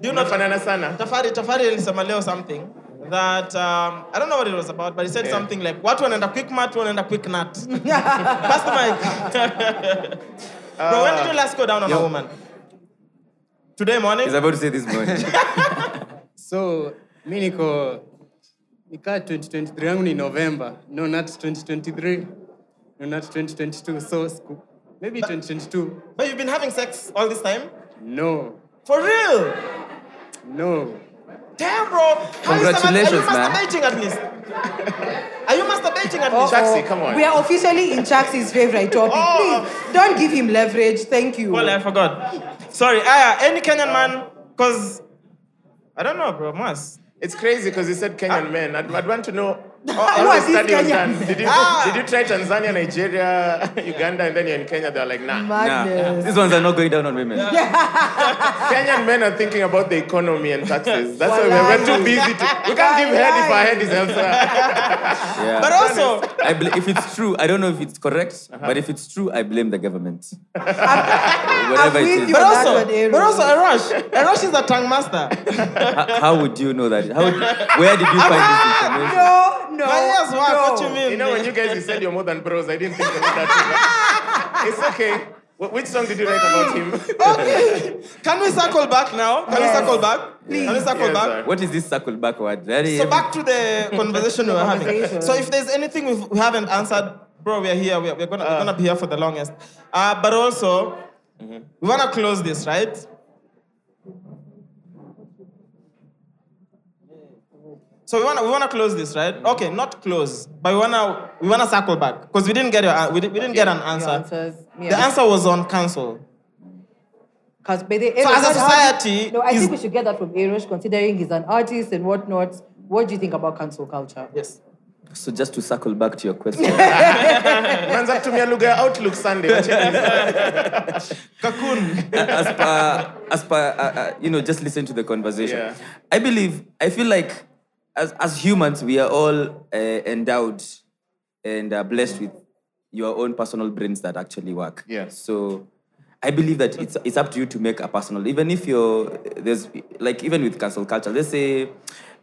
Do you not Unafanana sana. Tafari Tafari alisema leo something that um, I don't know what it was about, but he said something like watu wanaenda quick mat, wanaenda quick nut. Pass the mic. Bro, when did you last go down on a woman? Today morning? He's about to say this morning. So, mi niko nikaa 2023 yangu ni November. No, not 2023. No, not 2022. So, siku- maybe 2022. But you've been having sex all this time? No, For real? no. Damn, bro. How is that- Congratulations, Are you man. masturbating at least? Are you masturbating at least? Chaxi, come on. We are officially in Chaxi's favorite topic. Please don't give him leverage. Thank you. Oh. Well, uh, I forgot. Sorry. Aya, any Kenyan man? Because I don't know, bro. Mas. It's crazy because you said Kenyan men. I'd, I'd want to know Who how are the these study was Kenyan done. men? Did you, Ah. did you try Tanzania, Nigeria, Uganda, and then you're in Kenya? They're like, nah. nah. Madness. These ones are not going down on women. Kenyan men are thinking about the economy and taxes. That's why we're, we're too busy. To, we can't give head if our head is elsewhere. Yeah. But also, I bl- if it's true, I don't know if it's correct, but if it's true, I blame the government. Whatever I'm it with is. you. but That's also, what Aaron- but also, Erosh. Erosh is a tongue master. How, how would you know that? How, where did you find this information? No, no. My ears work. What you no. mean? you know, when you guys you said you're more than bros, I didn't think about that. Too much. It's okay. Wh- Which song did you write about him? Okay. Can we circle back now? Can Yes. we circle back? Can we circle Yes, back? sir. What is this circle backward? That is So back to the conversation we were having. Conversation. So if there's anything we've, we haven't answered, bro, we're here. We're, we're gonna we're gonna be here for the longest. Uh, but also, we wanna close this, right? So we wanna we wanna close this, right? Okay, not close, but we wanna we wanna circle back because we didn't get your an- we, did, we didn't get an answer. The yeah. answer was on council. Because by the So Eros, as a how do you- society, no, I is- think we should get that from Eros, considering he's an artist and whatnot. What do you think about cancel culture? Yes. So just to circle back to your question. manza kutumia lugha ya outlook sunday as per, as per uh, uh, you know, just listen to the conversation. Yeah. I believe, I feel like as, as humans, we are all uh, endowed and are blessed with your own personal brains that actually work. Yeah. So I believe that it's, it's up to you to make a personal, even if you're, there's, like, even with cancel culture, let's say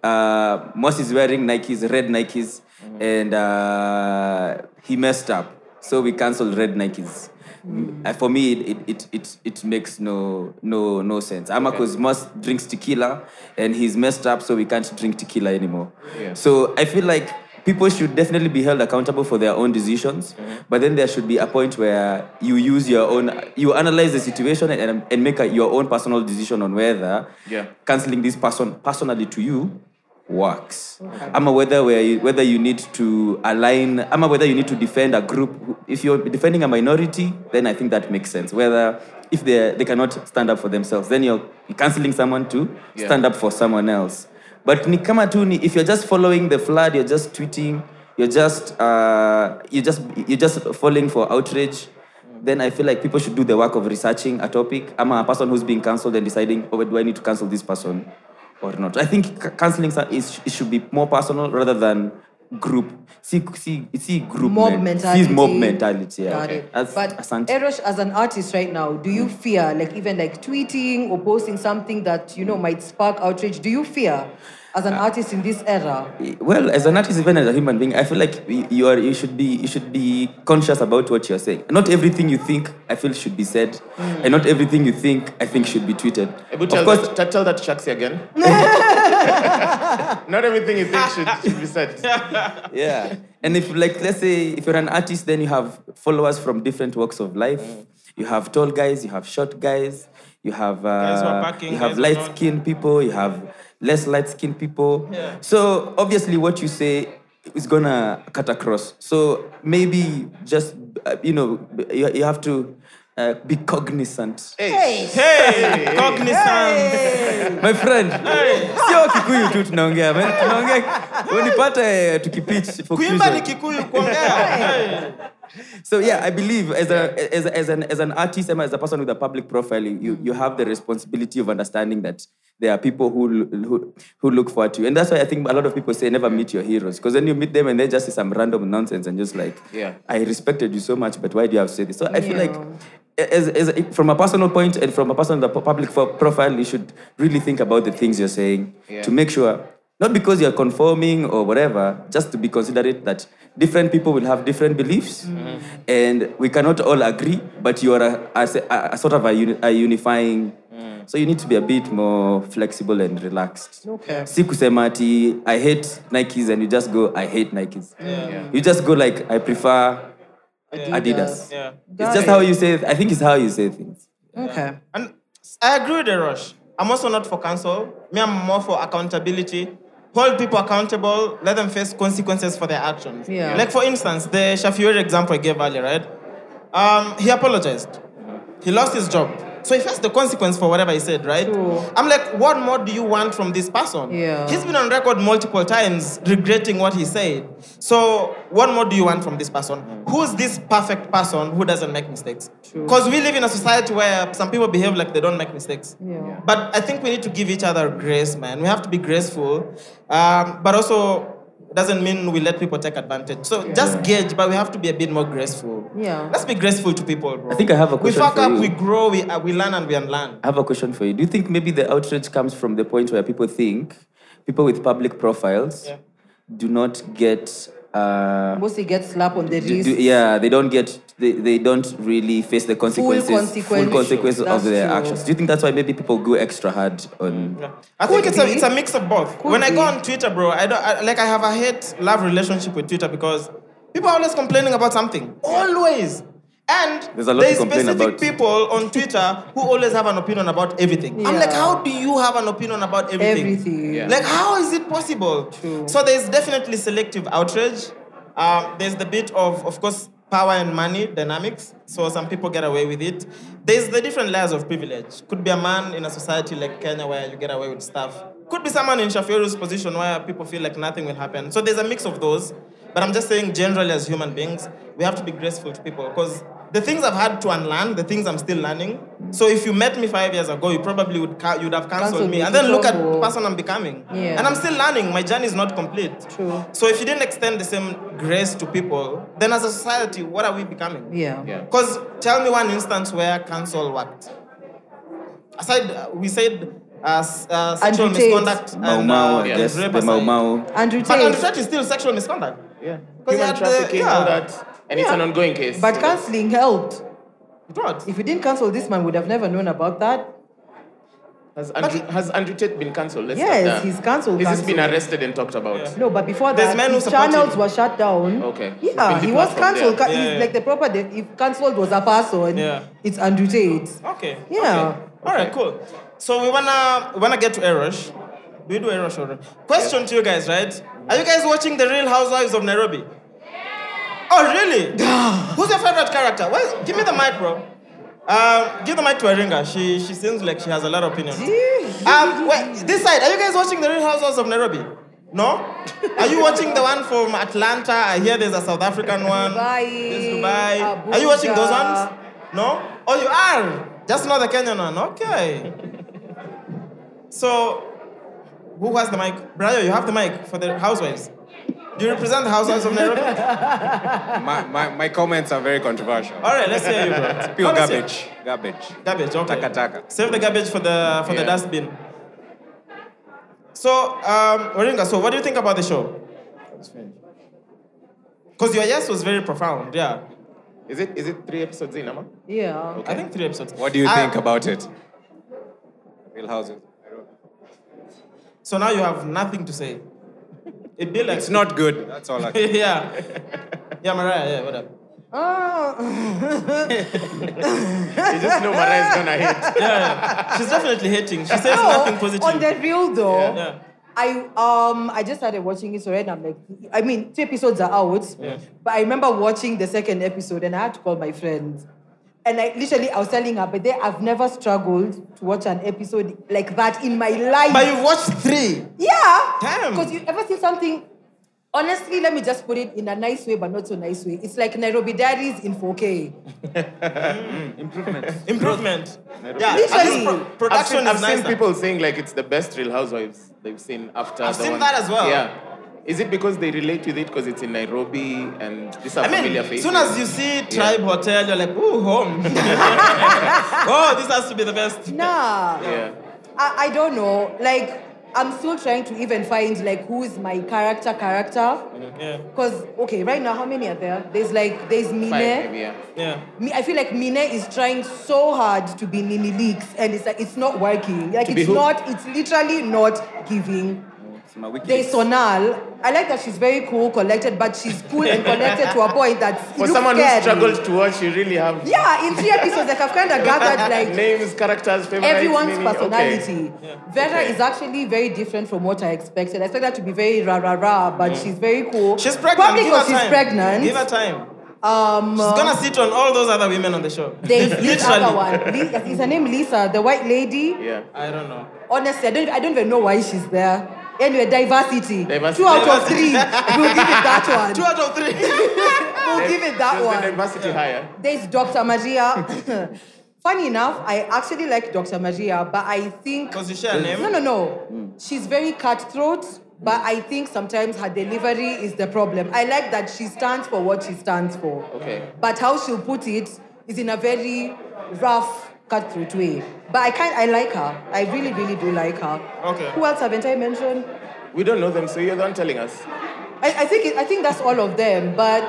uh, Moss is wearing Nikes, red Nikes, and uh, he messed up. So we cancel red Nikes. Uh, for me, it, it, it, it makes no, no, no sense. Amako's must drinks tequila and he's messed up, so we can't drink tequila anymore. Yeah. So I feel like people should definitely be held accountable for their own decisions, but then there should be a point where you use your own, you analyze the situation and, and make a, your own personal decision on whether yeah canceling this person personally to you works. Ama whether where you, whether you need to align, ama whether you need to defend a group. If you're defending a minority, then I think that makes sense. Whether if they they cannot stand up for themselves, then you're canceling someone to Yeah. stand up for someone else. But ni kama tu ni if you're just following the flood, you're just tweeting, you're just uh, you just you're just falling for outrage. Then I feel like people should do the work of researching a topic. I'm a person who's being cancelled and deciding, oh, do I need to cancel this person? or not. I think c- counseling so- is, it should be more personal rather than group. See, see, see group Mob men- mentality. See mob mentality. Yeah. Got it. As- but er- asante. Eros, as an artist right now, do you fear, like even like tweeting or posting something that you know might spark outrage? Do you fear, as Uh, an artist in this era? well, as an artist, even as a human being, I feel like y- you are you should be you should be conscious about what you're saying. Not everything you think I feel should be said, Hmm. Mm. and not everything you think I think should be tweeted. Ebu tell, of course, that, t- tell that to Shaxi again. Not everything you think should, should be said. yeah. And if like let's say if you're an artist, then you have followers from different walks of life. You have tall guys, you have short guys, you have uh, Guys who are packing, you have guys who are light skinned people, you have less light skinned people. Yeah. So obviously, what you say is gonna cut across. So maybe just uh, you know you, you have to uh, be cognizant. Hey, hey, cognizant. My friend, sio Kikuyu tu tunaongea, man. tunaongea unipate eh, tukipitch for Kuimba ni Christian. Kikuyu kuongea. So yeah, I believe as a as, a- as an as an artist and as a person with a public profile, you you have the responsibility of understanding that there are people who l- who, who look forward to you, and that's why I think a lot of people say never meet your heroes because then you meet them and they just say some random nonsense and just like Yeah. I respected you so much, but why do you have to say this? So I feel like as, as from a personal point and from a person with a public fo- profile, you should really think about the things you're saying Yeah. to make sure, not because you're conforming or whatever, just to be considerate that different people will have different beliefs Mm. and we cannot all agree, but you are a, a, a- a sort of a, uni, a unifying. Mm. So you need to be a bit more flexible and relaxed. Okay. Si kusema ati, I hate Nikes and you just go, I hate Nikes. Yeah. You just go like, I prefer Adidas. Yeah. It's just how you say. I think it's how you say things. Okay. And I agree with Erosh. I'm also not for cancel. Me, I'm more for accountability. Hold people accountable. Let them face consequences for their actions. Yeah. Like for instance, the Shafiori example I gave earlier, right? Um, he apologized. He lost his job. So he faced the consequence for whatever he said, right? I'm like, what more do you want from this person? Yeah. He's been on record multiple times regretting what he said. So what more do you want from this person? Who's this perfect person who doesn't make mistakes? Because we live in a society where some people behave like they don't make mistakes. Yeah. But I think we need to give each other grace, man. We have to be graceful. Um, but also, doesn't mean we let people take advantage. So just gauge, but we have to be a bit more graceful. Yeah. Let's be graceful to people, bro. I think I have a question We fuck for up, you. we grow, we, uh, we learn, and we unlearn. I have a question for you. Do you think maybe the outrage comes from the point where people think people with public profiles Yeah. do not get? Uh, Mostly get slap on the do, wrist. do- yeah, they don't get. They, they don't really face the consequences. consequences. consequences of That's their true. actions. Do you think that's why maybe people go extra hard on? I think it's a, it's a mix of both. when I go on Twitter, bro, I don't I, like I have a hate love relationship with Twitter because people are always complaining about something. Always. And There's a lot there to is complain specific about. people on Twitter who always have an opinion about everything. I'm like, Yeah. how do you have an opinion about everything? Everything. Yeah. Like, how is it possible? So there's definitely selective outrage. Um, there's the bit of, of course, power and money dynamics. So some people get away with it. There's the different layers of privilege. Could be a man in a society like Kenya where you get away with stuff. Could be someone in Shafiru's position where people feel like nothing will happen. So there's a mix of those. But I'm just saying, generally, as human beings, we have to be graceful to people because the things I've had to unlearn, the things I'm still learning. So if you met me five years ago, you probably would ca- you'd have Cancelled cancelled me, me, and then look at kitambo. the person I'm becoming. Yeah. And I'm still learning. My journey is not complete. True. So if you didn't extend the same grace to people, then as a society, what are we becoming? Yeah. Because tell me one instance where cancel worked. Aside, uh, we said uh, s- uh, sexual Andrew Tate. misconduct Mau and, Mau, uh, I and guess. The rape Mau aside. Mau. Andrew But Tate. Andrew Tate is still sexual misconduct. Yeah. Human trafficking, all that. And it's Yeah. an ongoing case. But cancelling helped. What? If we didn't cancel, this man would have never known about that. Has Andrew, has Andrew Tate been cancelled? Let's Yes, start there. he's cancelled, He's just been cancelled. arrested and talked about. No, but before There's that, men who his support channels were shut down. Okay. Yeah, Been he was deplatformed cancelled. there. Ca- he's Like the proper, de- if cancelled was a person, Yeah. it's Andrew Tate. Okay. Yeah. Okay. All right. Cool. So we wanna we wanna get to Erosh. Do we do Erosh or question to you guys? Right? Are you guys watching the Real Housewives of Nairobi? Oh really? Who's your favorite character? Well, give me the mic, bro. Um, give the mic to Eringa. She she seems like she has a lot of opinions. Um, wait, this side. Are you guys watching the Real Housewives of Nairobi? No? Are you watching the one from Atlanta? I hear there's a South African one. There's Dubai. Are you watching those ones? Abuja. No? Oh, you are. Just not the Kenyan one. Okay. so, who has the mic? Brayo, you have the mic for the housewives. Do you represent the housewives of Nairobi? my, my, my comments are very controversial. All right, let's hear you, bro. It's pure Oh, let's hear- garbage. Garbage. Garbage, okay. Takataka. Save the garbage for the for the dustbin. So, um, Oringa, so what do you think about the show? Because your yes was very profound, yeah. Is it is it three episodes in, Ama? Yeah. I think three episodes. What do you I- think about it? Real houses. So now you have nothing to say. It'd be like It's not good. That's all I can yeah. Yeah, Mariah, yeah, what up? You just know Mariah's gonna hate. Yeah, she's definitely hating. She says No, nothing positive. On the real though, Yeah. I um I just started watching it already. and I'm like, I mean, two episodes are out, but I remember watching the second episode and I had to call my friend. And I literally I was telling her, but there I've never struggled to watch an episode like that in my life. But you've watched three. Yeah. Damn. Because you ever see something. Honestly, let me just put it in a nice way, but not so nice way. It's like Nairobi Diaries in 4K. Improvement. Improvement. Yeah, Literally. I've seen, production is I've seen nicer. people saying like it's the best Real Housewives they've seen after. I've the seen one- that as well. Yeah. Is it because they relate with it because it's in Nairobi and these are I mean, familiar as faces? soon as you see Tribe Hotel, you're like, ooh, home. oh, this has to be the best. Nah. Yeah. I, I don't know. Like, I'm still trying to even find like who is my character character. Yeah. Cause okay, right now how many are there? There's like there's Mine. Five, maybe, yeah. Yeah. Me, I feel like Mine is trying so hard to be Nini Leaks, and it's like it's not working. Like To be it's who? not. It's literally not giving. It's my wiki. There's Sonal. I like that she's very cool, collected, but she's cool and collected to a point that it For looks someone scary. who struggled to watch, you really have Yeah, in three episodes, like I've kind of gathered like names, characters, favorites, everyone's meaning, personality. Okay. Vera is actually very different from what I expected. I expected her to be very rah rah rah, but she's very cool. Mm. She's pregnant. Probably Give her because she's time. pregnant. Give her time. Um, She's gonna sit on all those other women on the show. there's this other one. Li- Is her name Lisa, the white lady? Yeah. I don't know. Honestly, I don't. I don't even know why she's there. Anyway, diversity. Diversity. Two out Diversity. of three. We'll give it that one. Two out of three. we'll give it that There's one. The diversity higher. There's Dr. Maria. Funny enough, I actually like Dr. Maria, but I think. Because you share a name? No, no, no. She's very cutthroat, but I think sometimes her delivery is the problem. I like that she stands for what she stands for, Okay. but how she'll put it is in a very rough, cutthroat way. But I can't. I like her. I really, really do like her. Okay. Who else haven't I mentioned? We don't know them, so you're the one telling us. I, I think it, I think that's all of them, but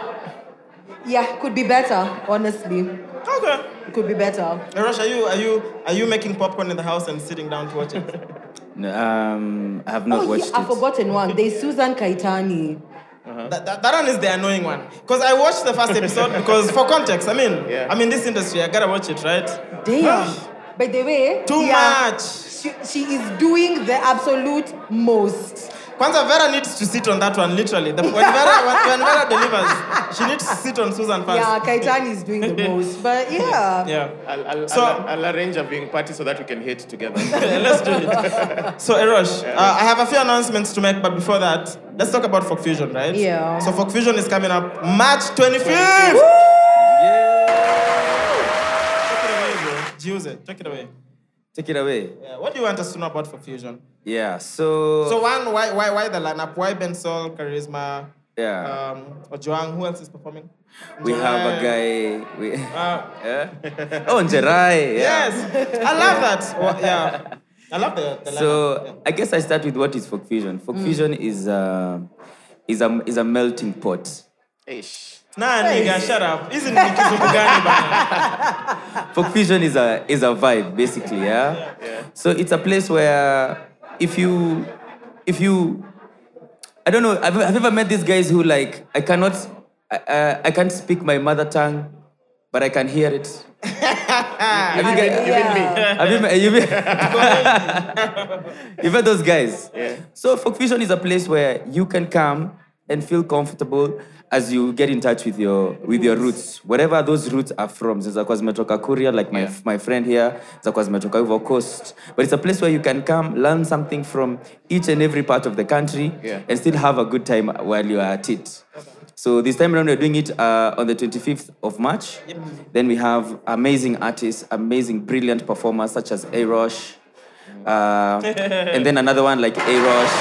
yeah, could be better, honestly. Okay. Could be better. Erosh, are you are you are you making popcorn in the house and sitting down to watch it? Uh-huh. No, um, I have not oh, watched yeah, I've it. forgotten one. There's Susan Kaitani. That, that, that one is the annoying one. Because I watched the first episode because for context, I mean, I'm in this industry, I gotta watch it, right? Damn. By the way, Too yeah, much. She, she is doing the absolute most. Kwanza Vera needs to sit on that one, literally. The, when, Vera, when, when Vera delivers, she needs to sit on Susan first. Yeah, Kaitan is doing the most. But yeah. Yeah. I'll, I'll, So- I'll, I'll arrange a viewing party so that we can hate together. Let's do it. So, Erosh, uh, I have a few announcements to make, but before that, let's talk about Folk Fusion, right? Yeah. So, Folk Fusion is coming up March 25th. Take it away, bro. Jiuze, take it away. Take it away. Yeah, What do you want us to know about Folk Fusion? Yeah, so. So, one, why, why, why the lineup? Why Ben Sol, Charisma, yeah. um, Ojuang? Who else is performing? we have a Njerai. guy. We, Uh, yeah? Oh, Njerai. Yeah. Yes, I love that. Well, yeah, I love the, the lineup. So I guess I start with what is folk fusion. Folk Mm. fusion is a, is a is a melting pot. Nah, nigga, shut up. Isn't it kizungu gani bana? Folk fusion is a is a vibe basically, yeah. So it's a place where if you if you I don't know I've, I've ever met these guys who like I cannot I, uh, I can't speak my mother tongue, but I can hear it. Have you guys- Have you met, you met- you met those guys? So folk fusion is a place where you can come and feel comfortable as you get in touch with your with your roots, wherever those roots are from. Zinakuwa zimetoka Kuria, like my my friend here, zinakuwa zimetoka Ivory Coast. But it's a place where you can come, learn something from each and every part of the country, Yeah. and still have a good time while you are at it. So this time around, we're doing it uh, on the 25th of March. Then we have amazing artists, amazing, brilliant performers such as Arosh. Uh, and then another one like Arosh.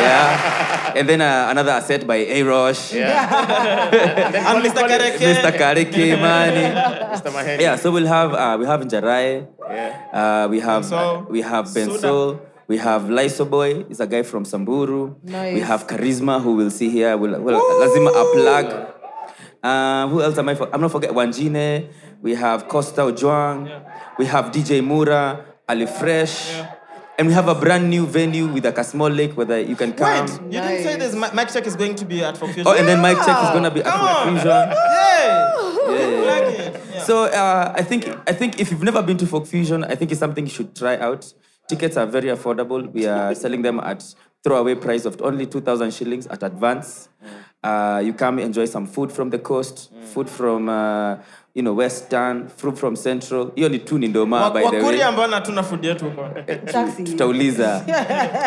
yeah. And then uh, another set by Arosh. And Mr. Kareke. Mr. Kareke, man. Mr. Maheni. Yeah, so we'll have uh, we have Njarai, Yeah. uh, we have uh, we have Bensol, we have Laiso Boy, is a guy from Samburu. We Nice. have Charisma, who we'll see here. We'll, we'll lazima a plug. Uh, who else am I? For? I'm not forget Wanjine. We have Costa Ojuang. We have DJ Mura, Ali Fresh. And we have a brand new venue with like a small lake where the- you can come. Wait, you didn't say this. Mi- Mic check is going to be at Fofusion. Oh, and then mic check is gonna be at Come on. Fofusion. Yay! Plug it. So uh, I think I think if you've never been to Folk Fusion, I think it's something you should try out. Tickets are very affordable. We are selling them at throwaway price of only two thousand shillings at advance. Mm. Uh, you come enjoy some food from the coast, food from uh, you know western, food from central. You only two Wa- Nindoma uh, by the Wakuria way. ambao natuna food yetu huko. Tutauliza.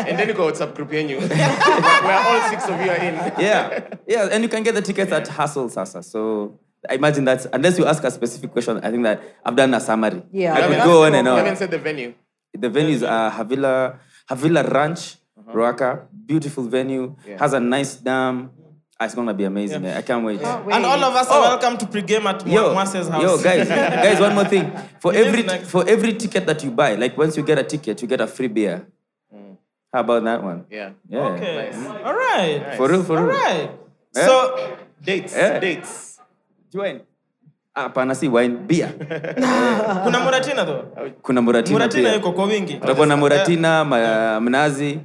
Endeni kwa WhatsApp group yenyu. Where all six of you are in. yeah, yeah, and you can get the tickets at Hustle Sasa. So I imagine that unless you ask a specific question, I think that I've done a summary. You I haven't- could go on and You on. haven't said the venue. The venue is uh, Havila Havila Ranch, Uh-huh. Ruaka. Beautiful venue. Yeah. Has a nice dam. Ah, it's gonna be amazing. man. I can't wait. And all of us are welcome to pregame at Mwa- Oh. Yo, Mwase's house. yo, guys, guys, one more thing. For It is every next. for every ticket that you buy, like once you get a ticket, you get a free beer. How about that one? Yeah. Yeah. Mm. Okay. All right. For real, for All real. Eh? right. Yeah. So dates, dates. Join. Ah, Hapana, si wine, beer. kuna Muratina though. Kuna muratina, Muratina pia. yuko kwa wingi. Tutakuwa na muratina, ma, mnazi.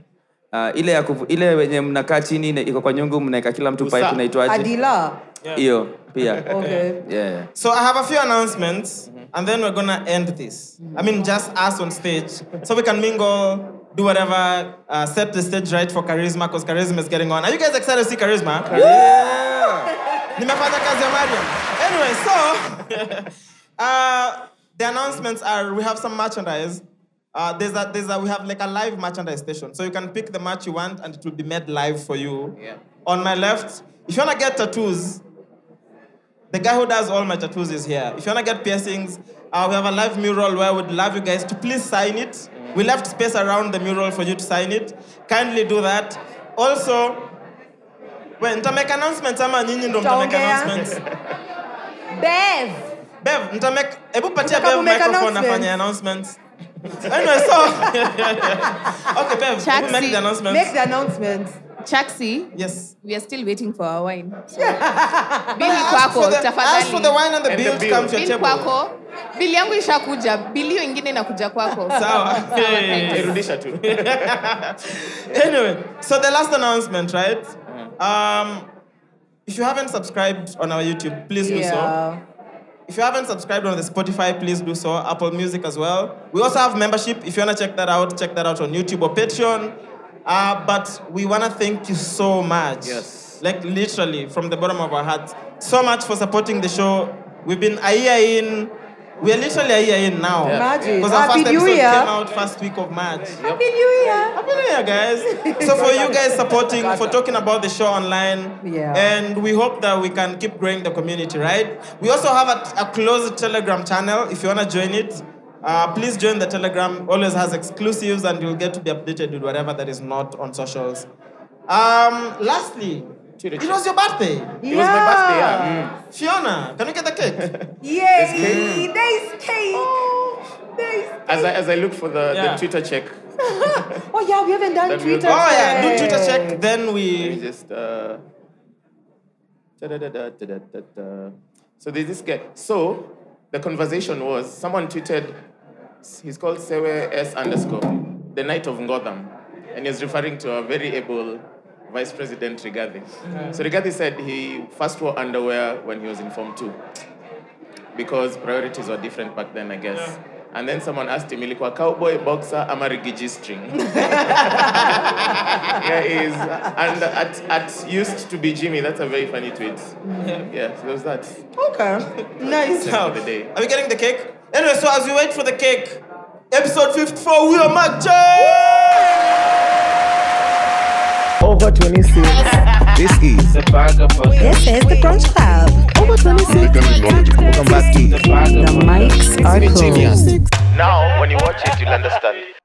ah, ile ya kuvu, ile wenye mnakaa chini ina- iko kwa nyungu mnaeka kila mtu pipe inaitwaje? Adila. Hiyo pia. Okay. Yeah. So I have a few announcements, and then we're gonna end this. I mean, just us on stage, so we can mingle, do whatever, uh, set the stage right for Charisma, because Charisma is getting on. Are you guys excited to see Charisma? Nimefanya kazi ya Mariam. Anyway, so uh, the announcements are: we have some merchandise. Uh, there's a, there's a, we have like a live merchandise station, so you can pick the merch you want, and it will be made live for you. Yeah. On my left, if you wanna get tattoos, the guy who does all my tattoos is here. If you wanna get piercings, uh, we have a live mural where we'd love you guys to please sign it. We left space around the mural for you to sign it. Kindly do that. Also, wait, nitamake announcements ama nyinyi ndo mtamake Utaongea. announcements? Bev. Bev, nitamake, hebu patia Nataka Bev kumake microphone announcements. afanye announcements. anyway, so, okay, Bev, hebu make the announcements. Make the announcement. Chaxi. Yes. We are still waiting for our wine. So, But bili ask kwako for the- tafadhali. ask for the wine and the And the bill to bill. come to Bill your table. kwako. Bili yangu ishakuja. Bili hiyo ingine inakuja kwako. Sawa. thank you. Anyway, so the last announcement, right? Um, if you haven't subscribed on our YouTube, please do Yeah. so. If you haven't subscribed on the Spotify, please do so. Apple Music as well. We also have membership. If you wanna check that out, check that out on YouTube or Patreon. Uh, but we wanna thank you so much. Yes. Like literally from the bottom of our hearts, so much for supporting the show. We've been a year in. We are literally a year in now. Yeah. Imagine. Because our Happy first New episode Year. came out first week of March. Happy New Year. Happy New Year, guys. So for you guys supporting, for talking about the show online, Yeah. and we hope that we can keep growing the community, right? We also have a, a closed Telegram channel. If you wanna join it, uh, please join the Telegram. Always has exclusives, and you'll get to be updated with whatever that is not on socials. Um, lastly, it was your birthday. Mm. It was my birthday, yeah. Fiona, can you get the cake? Yay! There's cake. Oh. There's As I, as I look for the, Yeah. the Twitter check. Oh yeah, we haven't done that we'll- Twitter. Oh, yeah, do check. Twitter check. Then we. Let me just. Uh, da-da-da-da, da-da-da-da. So there's this guy. So the conversation was someone tweeted, he's called Sewe S underscore, the Knight of Ngotham. And he's referring to a very able Vice President Rigathi. Mm. So Rigathi said he first wore underwear when he was in Form 2 because priorities were different back then, I guess. And then someone asked him, ilikuwa cowboy, boxer, ama rigiji string? yeah, he is. And at, at used to be Jimmy, that's a very funny tweet. Yeah. Yeah, so there's that. Okay. Nice. So, For the day. Are we getting the cake? Anyway, so as we wait for the cake, episode 54, we are matching! Over 26. this is the This is the Brunch Club. Over 26. Welcome back to The mics are closed. Now, when you watch it, you'll understand.